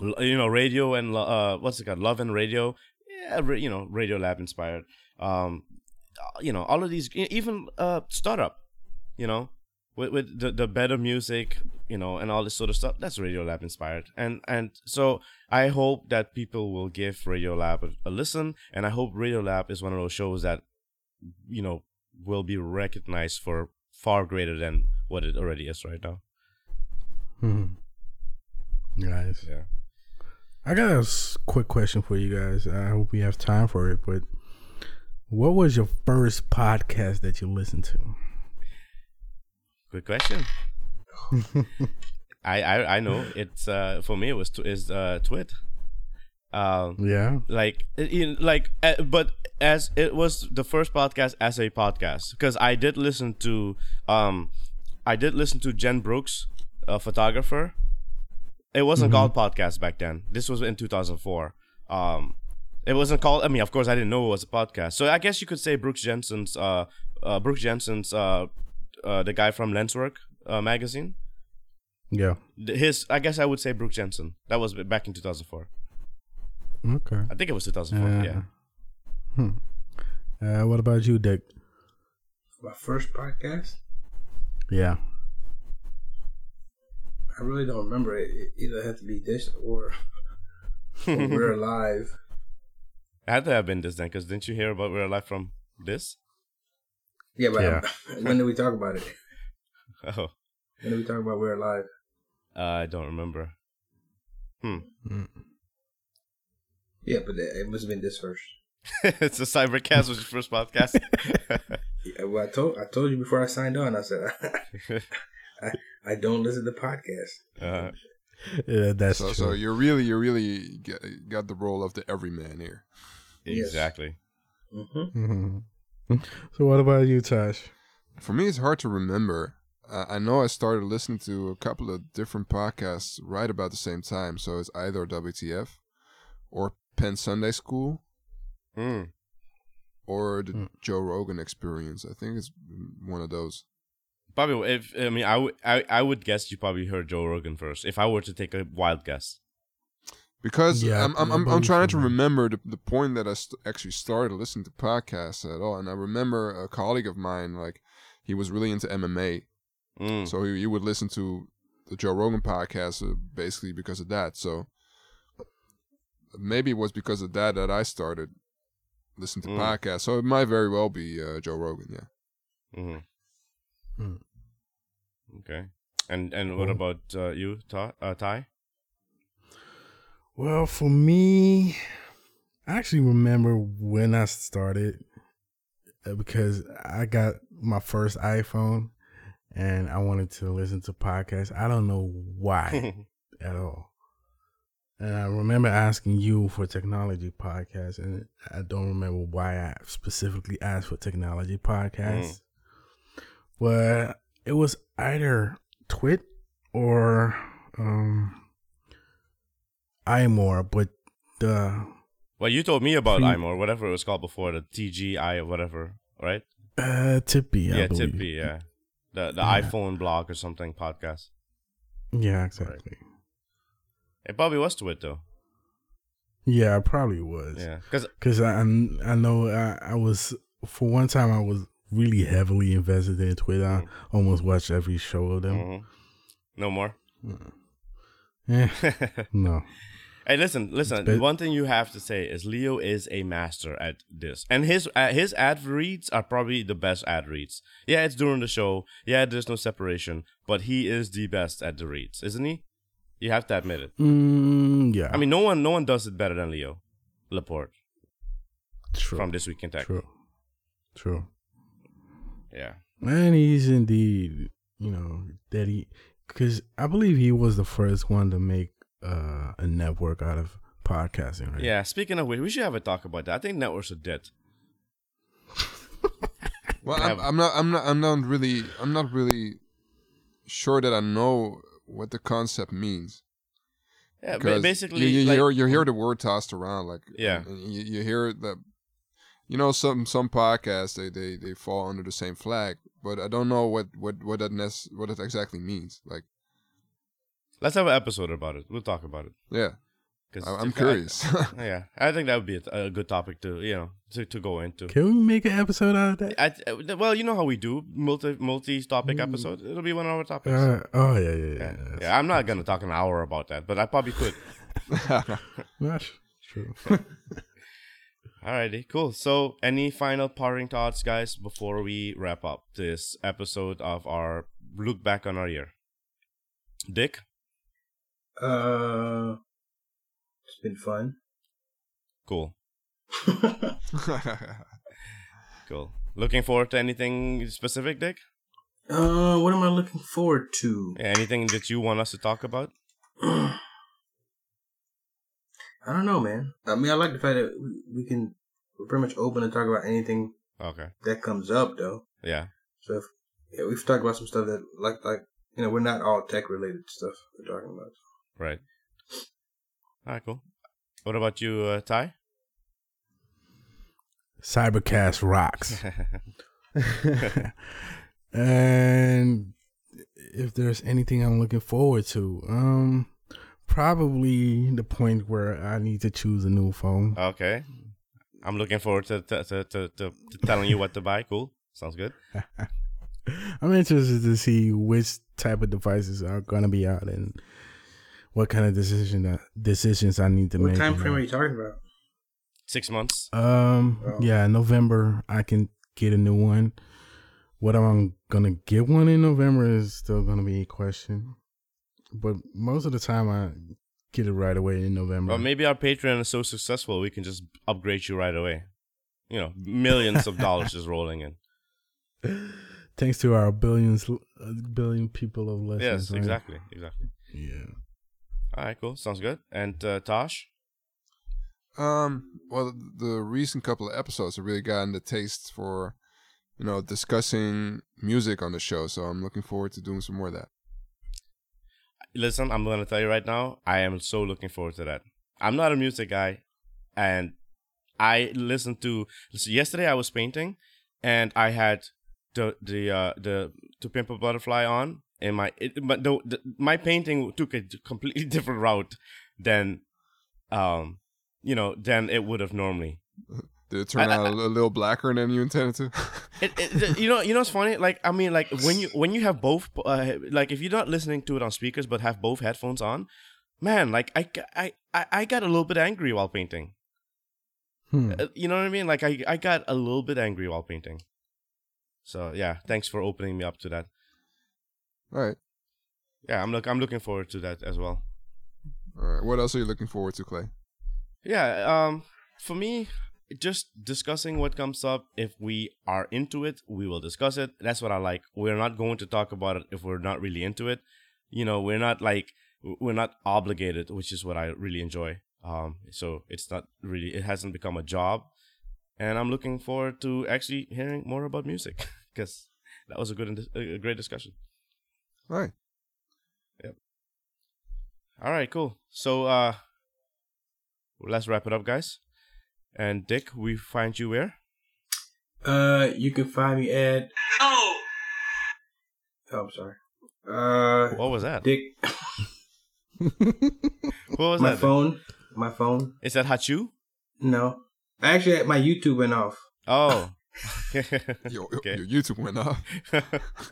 l- you know, radio and lo- uh, what's it called? Love and radio. Yeah, ra- you know, Radio Lab inspired. Um, uh, you know, all of these, e- even uh, startup. You know, with with the the better music, you know, and all this sort of stuff. That's Radio Lab inspired. And and so I hope that people will give Radio Lab a, a listen. And I hope Radio Lab is one of those shows that, you know, will be recognized for far greater than what it already is right now. guys Yeah. i got a s- quick question for you guys i hope we have time for it but what was your first podcast that you listened to Good question. I, I I know it's uh for me it was tw- is uh twit. Um yeah like in like uh, but as it was the first podcast as a podcast because I did listen to um I did listen to Jen Brooks, a photographer. It wasn't called podcast back then. This was in 2004. Um it wasn't called I mean of course I didn't know it was a podcast. So I guess you could say Brooks Jensen's uh, uh Brooks Jensen's uh uh the guy from Lenswork uh, magazine. yeah Th- His I guess I would say Brooks Jensen. That was back in 2004. okay I think it was 2004. Uh, yeah. hmm. uh, what about you dick My first podcast. yeah I really don't remember it. it either had to be this or, or We're Alive. It had to have been this then, because didn't you hear about We're Alive from this? Yeah, but Yeah. I'm- when did we talk about it? Oh, uh, When did we talk about We're Alive? I don't remember. Hmm. Mm. Yeah, but it, it must have been this first. it's a Cybercast was your first podcast. Yeah, well, I told I told you before I signed on. I said I, I don't listen to podcasts. Uh, Yeah, Uh, that's so, true. so you're really, you're really get, got the role of the everyman here. Yes. exactly. hmm Mhm. So what about you, Tosh? For me, it's hard to remember. Uh, I know I started listening to a couple of different podcasts right about the same time. So it's either WTF or Penn Sunday School Mm. or the Mm. Joe Rogan Experience. I think it's one of those. Probably, if I mean, I would, I, I would guess you probably heard Joe Rogan first. If I were to take a wild guess, Because Yeah, I'm, I I'm, I'm, I'm believe trying to you. remember the, the point that I st- actually started listening to podcasts at all. And I remember a colleague of mine, like, he was really into MMA. mm. So he, he would listen to the Joe Rogan podcast uh, basically because of that. So maybe it was because of that that I started listening to Mm. podcasts. So it might very well be uh, Joe Rogan, yeah. Mhm. Mm. okay. And and what Cool. about uh, you, Ta- uh, Ty? Well, for me, I actually remember when I started uh, because I got my first iPhone and I wanted to listen to podcasts. I don't know why at all. And I remember asking you for technology podcasts, and I don't remember why I specifically asked for technology Mm. podcasts. But it was either Twit or um, iMore, but the well, you told me about Hmm. I'm or whatever it was called before the TGI or whatever, right? uh, Tippy, I yeah, believe. Tippy, yeah. The the Yeah. iPhone blog or something podcast. Yeah, exactly. It probably was to it though. Yeah, it probably was. Yeah, because Cause I I'm- I know I, I was for one time I was really heavily invested in Twitter. Mm. I almost watched every show of them. mm-hmm. no more. Mm. Eh, hey, no. listen, listen. It's ba- One thing you have to say is Leo is a master at this, and his uh, his ad reads are probably the best ad reads. Yeah, it's during the show. Yeah, there's no separation, but he is the best at the reads, isn't he? You have to admit it. Mm, yeah. I mean, no one no one does it better than Leo Laporte true. from this week in tech. True. True. Yeah. And he's indeed, you know, that he, because I believe he was the first one to make uh, a network out of podcasting, right? Yeah. Speaking of which, we should have a talk about that. I think networks are dead. Well, Have- I'm, I'm not. I'm not. I'm not really. I'm not really sure that I know what the concept means. Yeah. Ba- 'Cause basically, you, you, like- hear, you hear the word tossed around, like Yeah. and you, you hear that. You know, some some podcasts they, they, they fall under the same flag, but I don't know what what what that nec- what that exactly means. Like, let's have an episode about it. We'll talk about it. yeah, 'Cause I, I'm if I- curious. Yeah, I think that would be a, a good topic to you know to, to go into. Can we make an episode out of that? I, I- well, you know how we do multi multi topic Mm. episode. It'll be one of our topics. Uh, oh yeah, yeah, yeah. yeah. that's- yeah, I'm not gonna talk an hour about that, but I probably could. That's true. Alrighty, cool. So, any final parting thoughts, guys, before we wrap up this episode of our look back on our year? Dick, Uh, it's been fun. cool, cool. Looking forward to anything specific, Dick? uh, what am I looking forward to? Anything that you want us to talk about? I don't know, man. I mean, I like the fact that we- we can we're pretty much open and talk about anything Okay. that comes up, though. Yeah. So if yeah, we've talked about some stuff that like like you know we're not all tech related stuff we're talking about. Right. All right, cool. What about you, uh, Ty? Cybercast rocks. and if there's anything I'm looking forward to, um, probably the point where I need to choose a new phone. okay. I'm looking forward to, to, to, to, to, to telling you what to buy. Cool. Sounds good. I'm interested to see which type of devices are gonna be out and what kind of decision that decisions I need to what make. time you frame know. are you talking about? Six months. Um, Oh. yeah, November I can get a new one. Whether I'm gonna get one in November is still gonna be a question. But most of the time, I get it right away in November. Or maybe our Patreon is so successful we can just upgrade you right away. You know, millions of dollars just rolling in. thanks to our billions, uh, billion people of listeners. yes, right? exactly, exactly. Yeah. All right, cool. Sounds good. And uh, Tosh, Um, well, the recent couple of episodes have really gotten the taste for, you know, discussing music on the show. So I'm looking forward to doing some more of that. listen, I'm gonna tell you right now, I am so looking forward to that. I'm not a music guy, and I listened to so yesterday. I was painting, and I had the the uh, the To Pimp a Butterfly on, and my it, but the, the, my painting took a completely different route than, um, you know, than it would have normally. Did it turn I- out a li- little blacker than you intended to? It, it, you know, you know, it's funny. Like, I mean, like when you when you have both, uh, like if you're not listening to it on speakers but have both headphones on, man, like I, ca- I, I I got a little bit angry while painting. Hmm. Uh, You know what I mean? Like I, I got a little bit angry while painting. So yeah, thanks for opening me up to that. all right, Yeah, I'm look, I'm looking forward to that as well. all right. What else are you looking forward to, Clay? Yeah, um, for me, just discussing what comes up. If we are into it, we will discuss it. That's what I like. We're not going to talk about it if we're not really into it. You know, we're not like we're not obligated, which is what I really enjoy. Um, so it's not really it hasn't become a job, and I'm looking forward to actually hearing more about music because that was a good a great discussion. All right. All right, cool. So uh, let's wrap it up, guys. And Dick, we find you where? Uh, you can find me at. No! Oh, I'm sorry. Uh, What was that? Dick. What was my that? phone. My phone. Is that Hachu? No. Actually, my YouTube went off. Oh. Yo, Okay. Your YouTube went off.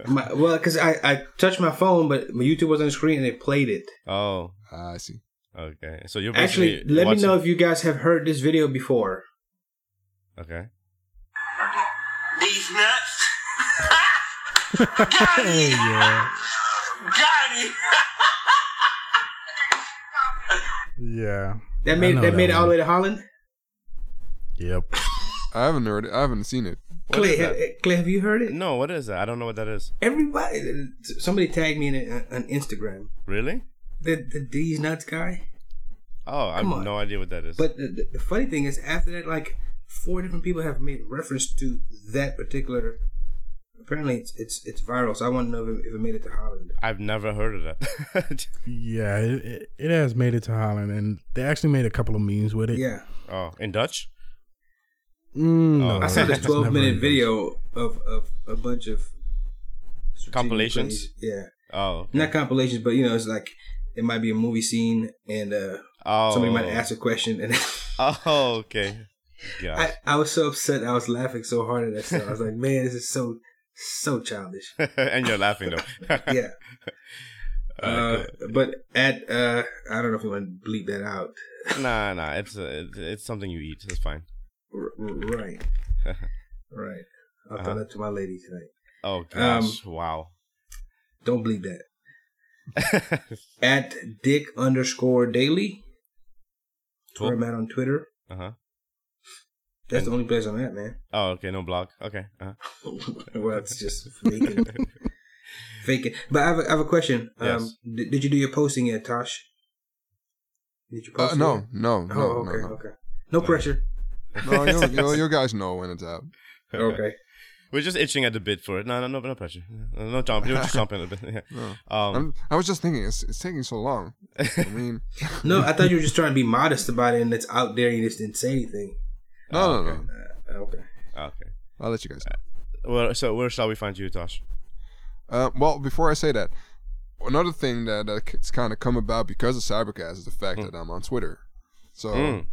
My, well, because I, I touched my phone, but my YouTube was on the screen and it played it. oh. Ah, I see. Okay. So you're basically Actually, let me watching- know if you guys have heard this video before. Okay. These nuts? Got it! yeah. Got it! Yeah. I That made know that, made it that all the one. way to Holland. Yep. I haven't heard it. I haven't seen it. What Clay, is that? ha- Clay, have you heard it? No, what is that? I don't know what that is. Everybody, somebody tagged me in it on Instagram. Really? The the these nuts guy. Oh, I have Come on. no idea what that is. But the, the, the funny thing is, after that, like four different people have made reference to that particular. Apparently, it's it's, it's viral, so I want to know if it, if it made it to Holland. I've never heard of that. Yeah. It, it, it has made it to Holland, and they actually made a couple of memes with it. yeah, oh, in Dutch? Uh, Mm, Oh. no, I saw this it's twelve never minute in- video of, of a bunch of strategic Compilations? plays. Yeah, Oh. not compilations, but you know, it's like it might be a movie scene, and uh, Oh. somebody might ask a question, and Oh, okay. Yeah. I, I was so upset, I was laughing so hard at that stuff. I was like, man, this is so so childish. and you're laughing though. Yeah. All Uh, right, but at uh, I don't know if you want to bleep that out. cool. nah, nah. It's uh, it- it's something you eat. It's fine. R- r- right, right. I'll Uh-huh. tell that to my lady tonight. Um, Oh gosh! wow. Don't bleep that. At Dick underscore Daily. That's Where I'm cool. at on Twitter. Uh huh. That's the And- only place I'm at, man. Oh, okay. No blog. Okay. Uh-huh. well, it's just faking, faking. But I have a, I have a question. Yes. Um, d- did you do your posting yet, Tosh? Did you Uh, post? no, yet? no, no, Oh, okay, no, no. okay. No No. pressure. No, you, you, you guys know when it's out. Okay. We're just itching at the bit for it. No, no, no, no pressure. No, no jump. You're just jumping a bit. Yeah. No. Um, I'm, I was just thinking, it's, it's taking so long. I mean, No, I thought you were just trying to be modest about it, and it's out there, and you just didn't say anything. no, no, Oh, okay. no. Uh, okay. okay. I'll let you guys. Well, so where shall we find you, Tosh? Uh, well, before I say that, another thing that that's kind of come about because of Cybercast is the fact that I'm on Twitter. So Mm,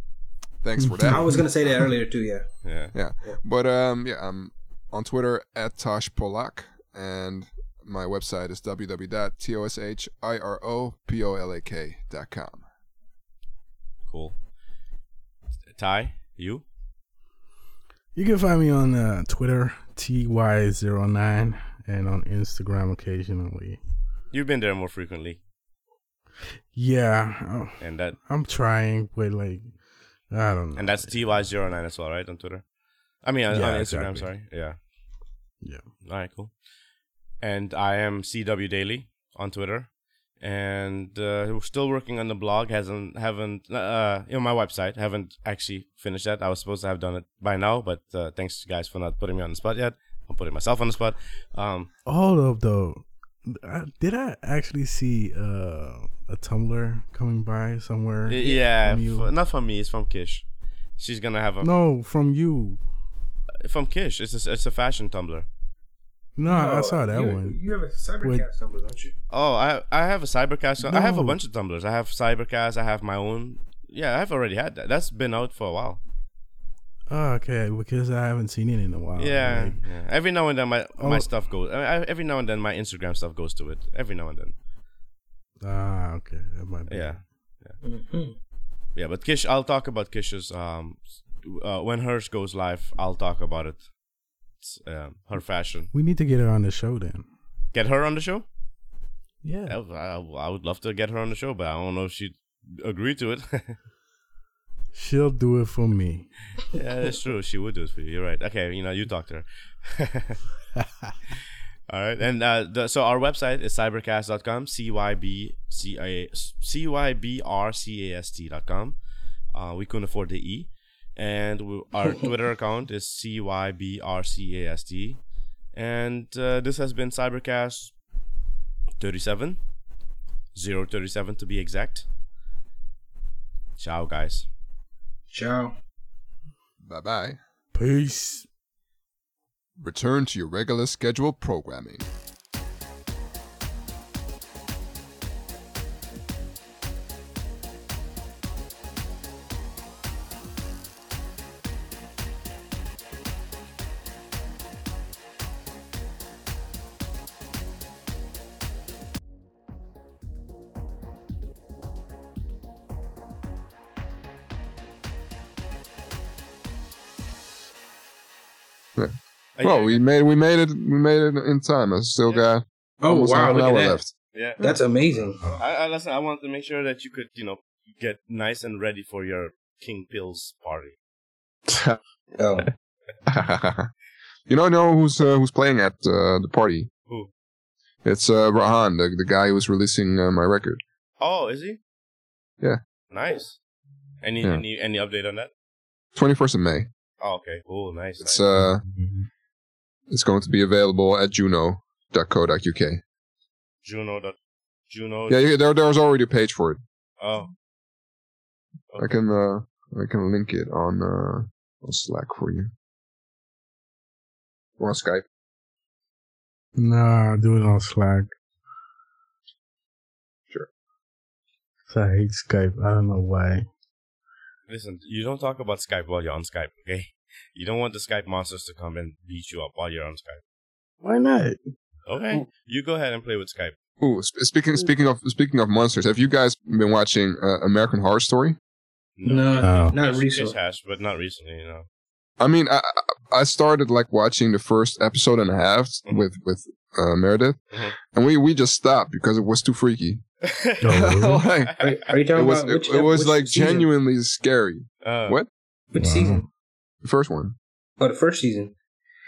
thanks for I that. was gonna say that earlier too. Yeah. yeah. yeah, but um, yeah, I'm on Twitter at Tosh Polak, and my website is www.toshiropolak.com. Cool. Ty, you? You can find me on uh, Twitter, ty09, and on Instagram occasionally. You've been there more frequently, Yeah, I- and that I'm trying, but like, I don't know. and that's ty09 as well, right? On Twitter. I mean, on, Yeah, on Instagram. exactly. Sorry. Yeah. Yeah. All right. Cool. and I am CW Daily on Twitter, and uh, we're still working on the blog. hasn't haven't uh, you know my website haven't actually finished that. I was supposed to have done it by now, but uh, thanks guys for not putting me on the spot yet. I'm putting myself on the spot. Um, All of though, I- did I actually see uh, a Tumblr coming by somewhere? yeah, from you? f- not from me. It's from Kish. She's gonna have a no, from you. from Kish. It's a, it's a fashion Tumblr. No, I saw that you, one. You have a cybercast number, don't you? Oh, I I have a Cybercast. I have a No. bunch of tumblers. I have Cybercast. I have my own. Yeah, I've already had that. That's been out for a while. Oh, okay, because I haven't seen it in a while. yeah, Like, yeah. Every now and then my my Oh. stuff goes. I, I, every now and then my Instagram stuff goes to it. Every now and then. ah, okay, that might be. Yeah. Mm-hmm. Yeah, but Kish, I'll talk about Kish's. Um, uh, when hers goes live, I'll talk about it. It's, um, her fashion. we need to get her on the show then. Get her on the show. I, Yeah, I, I would love to get her on the show, but I don't know if she'd agree to it. she'll do it for me. yeah, that's true. She would do it for you. You're right. Okay, you know, you talk to her. All right, and uh, the, so our website is cybercast.com, c y b c a c y b r c a s t dot com. Uh, we couldn't afford the e, and we, our Twitter account is c y b r c a s t, and uh, this has been Cybercast 37, 037 to be exact. Ciao, guys. Ciao. Bye bye. Peace. Return to your regular scheduled programming. Well, we made we made it we made it in time. I still got Oh almost wow, half an look at hour that. left. Oh. yeah. That's amazing. I, I listen. I wanted to make sure that you could, you know, get nice and ready for your King Pills party. Oh, you don't know who's uh, who's playing at uh, the party. Who? It's uh, Rahan, the, the guy who's releasing uh, my record. Oh, is he? Yeah. Nice. Any Yeah. any any update on that? Twenty first of May. Oh, okay. Cool. Nice. It's nice. uh, it's going to be available at Juno.co.uk. Juno. Dot, Juno. Yeah, you- there there's already a page for it. Oh. I can uh, I can link it on uh, on Slack for you or on Skype. Nah, do it on Slack. Sure. So I hate Skype. I don't know why. Listen, you don't talk about Skype while you're on Skype, okay? You don't want the Skype monsters to come and beat you up while you're on Skype. Why not? Okay. You go ahead and play with Skype. Ooh, sp- speaking speaking of speaking of monsters, have you guys been watching uh, American Horror Story? no, Oh. not Kish- Kish recently. has, but not recently, you know. I mean, I I- I started like watching the first episode and a half Mhm. with with uh, Meredith, Mhm. and we we just stopped because it was too freaky. Oh, like, Are, are you it talking was about it, which? it was which like season? genuinely scary. Uh, What? Which Wow. season? The first one. Oh, the first season.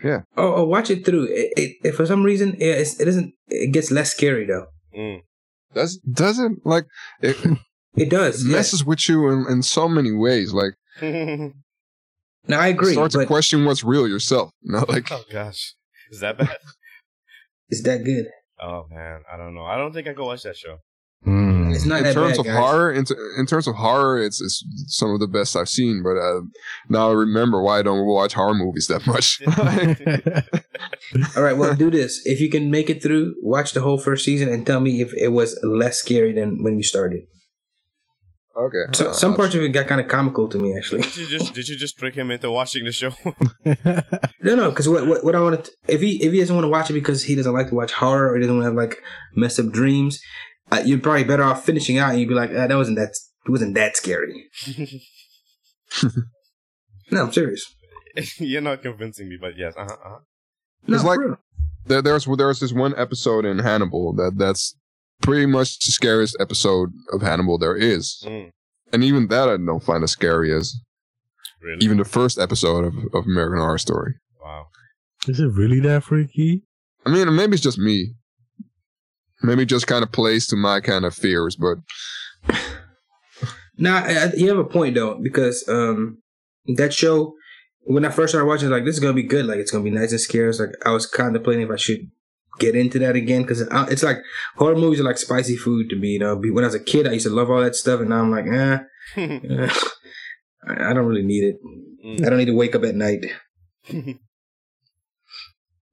Yeah. Oh, oh watch it through. It, it, it for some reason it, it's- it doesn't. It gets less scary though. Mm. Does doesn't like it, It it does. Yes. messes with you in, in so many ways. Like mm. No, I agree. start to But question what's real yourself. You know, like oh gosh, is that bad? it's that good. Oh man, I don't know. I don't think I could watch that show. Mm. It's not in that terms bad, of guys. horror, in, in terms of horror, it's, it's some of the best I've seen. But uh, now I remember why I don't watch horror movies that much. All right, well, do this. If you can make it through, watch the whole first season and tell me if it was less scary than when you started. okay, So, uh, some parts of it got kind of comical to me, actually. did you just did you just trick him into watching the show? No, no, because what, what what I want to if he if he doesn't want to watch it because he doesn't like to watch horror or he doesn't want to have like messed up dreams, uh, you're probably better off finishing out and you'd be like, ah, that wasn't that it wasn't that scary. no, I'm serious. You're not convincing me, but yes. Uh-huh, uh-huh. No, It's like- for real. there, there's there's this one episode in Hannibal that that's pretty much the scariest episode of Hannibal there is, Mm, and even that I don't find as scary as really? even the first episode of, of American Horror Story. wow. Is it really that freaky? I mean, maybe it's just me. Maybe it just kind of plays to my kind of fears, but Now I, I- you have a point though, because um, that show when I first started watching, I was like, "This is gonna be good. Like, it's gonna be nice and scary." It's like I was contemplating if I should get into that again because it's like horror movies are like spicy food to me. You know, Be- when I was a kid, I used to love all that stuff, and now I'm like, eh, eh, I I don't really need it. Mm. I don't need to wake up at night.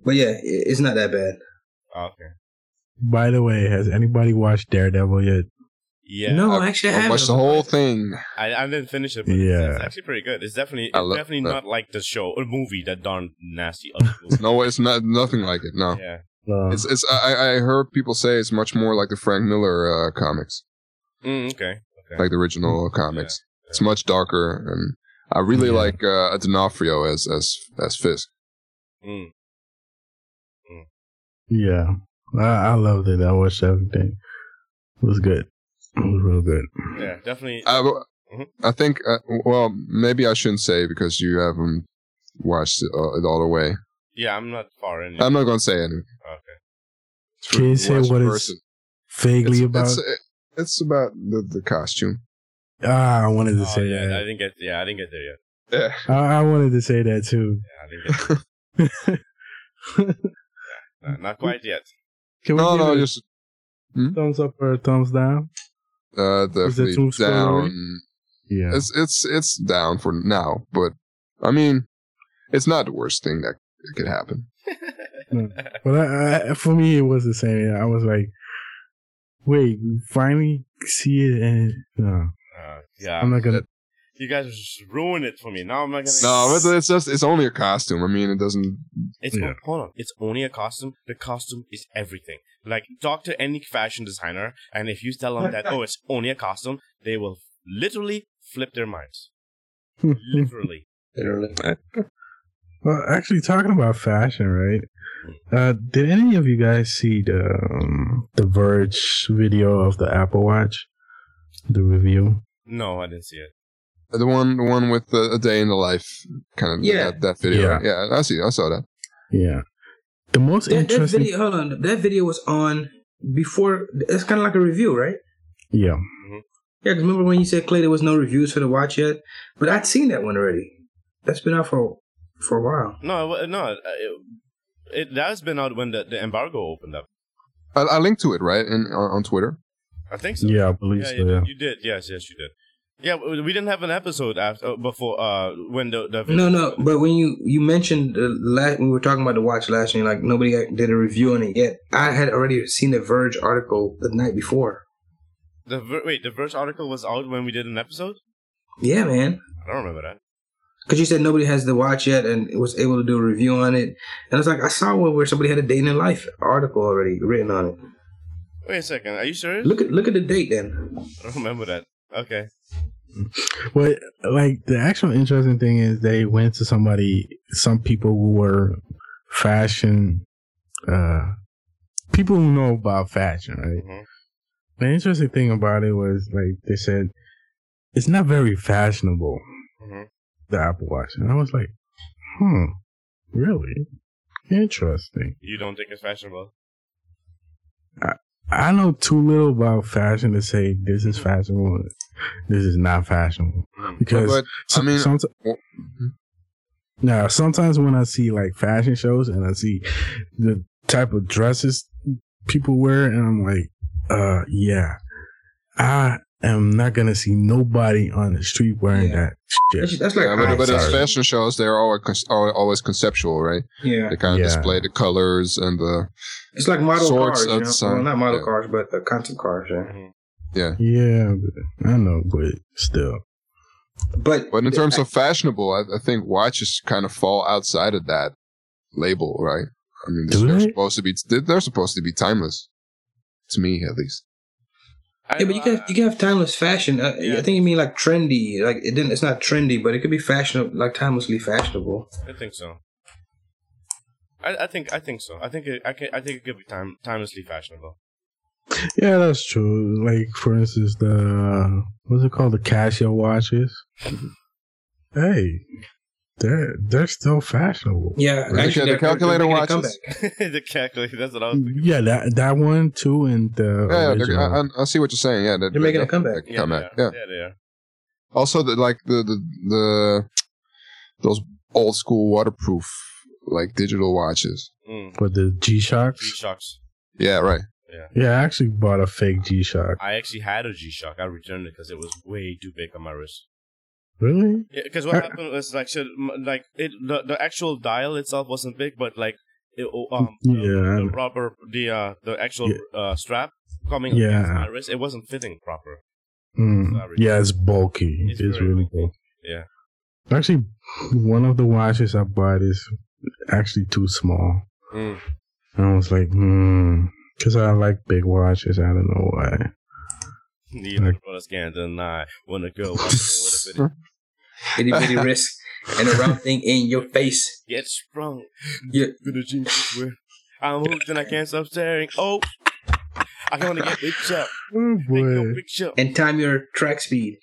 But yeah, i- it's not that bad. okay. By the way, has anybody watched Daredevil yet? Yeah. no, I- actually, I I haven't. watched the whole thing. I, I didn't finish it, but Yeah. it's, it's actually pretty good. It's definitely I it's lo- definitely uh, not like the show or movie that darn nasty other movie. No, it's not nothing like it. No, Yeah. No. it's it's. I, I heard people say it's much more like the Frank Miller uh, comics, Mm, okay. Okay. like the original comics. It's much darker, and I really Yeah. like uh, D'Onofrio as as as Fisk. Mm. yeah, I, I loved it. I watched everything. It was good. It was real good. Yeah. Definitely. I, Mhm. I think. Uh, well, maybe I shouldn't say because you haven't watched it all, it all the way. yeah. I'm not far in. It. I'm not gonna say anything. okay. It's Can for you say watch what in it's person. Vaguely it's, about. It's, it's about the, the costume. ah, I wanted to Oh, say yeah. I that. didn't get. Yeah. I didn't get there yet. Yeah. I, I wanted to say that too. Yeah. I didn't get. There. Uh, not quite yet. Can we No, give no, it a just thumbs up or a thumbs down? uh, definitely too soon already? down. Yeah. It's it's it's down for now, but I mean, it's not the worst thing that could happen. Uh, But I, I, for me, it was the same. I was like, wait, we finally see it, and no, Uh, yeah. I'm not gonna. you guys just ruin it for me. Now I'm not gonna. No, but it's just it's only a costume. I mean, it doesn't. It's Yeah. on- hold on. It's only a costume. The costume is everything. Like talk to any fashion designer, and if you tell them that oh, it's only a costume, they will literally flip their minds. Literally. Well, actually, talking about fashion, right? Uh, did any of you guys see the um, the Verge video of the Apple Watch? The review. no, I didn't see it. The one the one with the, a day in the life kind of Yeah. that, that video. Yeah. Yeah. I see. I saw that. Yeah. The most That, that interesting. video, hold on, that video was on before. It's kind of like a review, right? yeah. Yeah, 'cause remember when you said Clay there was no reviews for the watch yet? But I'd seen that one already. That's been out for for a while. No, it wa- no. It, it that has been out when the, the embargo opened up. I, I linked to it right in on, on Twitter. I think so. Yeah, I believe Yeah, so. you, Yeah. you did. Yes, yes, you did. Yeah, we we didn't have an episode after before uh when the, the No, no. But when you you mentioned the last when we were talking about the watch last year, like nobody did a review on it yet. I had already seen the Verge article the night before. the ver- wait the first article was out when we did an episode. Yeah, man. I don't remember that. Because you said nobody has the watch yet and was able to do a review on it. And I was like, I saw one where somebody had a day in their life article already written on it. Wait a second. Are you serious? Look at look at the date then. I don't remember that. Okay. Well, like the actual interesting thing is they went to somebody, some people who were fashion, uh, people who know about fashion, right? Mhm. The interesting thing about it was like they said it's not very fashionable, Mhm. the Apple Watch, and I was like, hmm, really interesting. You don't think it's fashionable? I know too little about fashion to say this is fashionable, this is not fashionable Mm-hmm. because But I mean, somet- w- now sometimes when I see like fashion shows and I see the type of dresses people wear, and I'm like, uh, yeah, I am not gonna see nobody on the street wearing Yeah. that That's, shit. that's like yeah, but, high but as art. fashion shows, they're always, con- are always conceptual, right? yeah. They kind of Yeah. display the colors and the It's like model Swords cars, you at know? some- well, not model yeah. cars, but uh, concept cars. Yeah. Mm-hmm. Yeah, but- I know, but still, But But in terms of fashionable, I, I think watches kind of fall outside of that label, right? I mean, Do they're they? supposed to be they're- they're supposed to be timeless, to me at least. yeah, but you can you can have timeless fashion. Uh, Yeah. I think you mean like trendy. Like it didn't. It's not trendy, but it could be fashionable, like timelessly fashionable. I think so. I, I think I think so. I think it, I can I think it could be time timelessly fashionable. yeah, that's true. Like for instance, the what's it called, the Casio watches. hey, They're they're still fashionable. Yeah, Right. Yeah, the they're- they're calculator making a watches. comeback. the calculator. That's what I was Mm. thinking. Yeah, that that one too, and the Yeah, yeah they're- Oh, original. I, I- I see what you're saying. Yeah, they're, They're making a they're- comeback. they're Comeback. they Yeah. are. they are. Also, the, like the, the the those old school waterproof like digital watches. Mm. but the G Shocks. G-Shocks. Yeah, right. Yeah, I actually bought a fake G Shock. I actually had a G-Shock. I returned it because it was way too big on my wrist. Really? Yeah, because what happened was like, so, m- like it, the the actual dial itself wasn't big, but like, it, oh, um, the- Yeah. the rubber, the uh, the actual uh, strap coming Yeah. against my wrist, it wasn't fitting proper. Mm. Sorry. Yeah, it's bulky. It's It's, very really bulky. bulky. Yeah. Actually, one of the watches I bought is actually too small. Mm. And I was like, hmm, because I like big watches. I don't know why. Neither of us can deny when a girl walks in with a bitty- Itty bitty wrist and a round thing in your face. gets sprung. Yeah. Gonna jinx it, where I'm hooked and I can't stop staring. Oh, I want to get bitch up, Oh make no boy. picture. And time your track speed.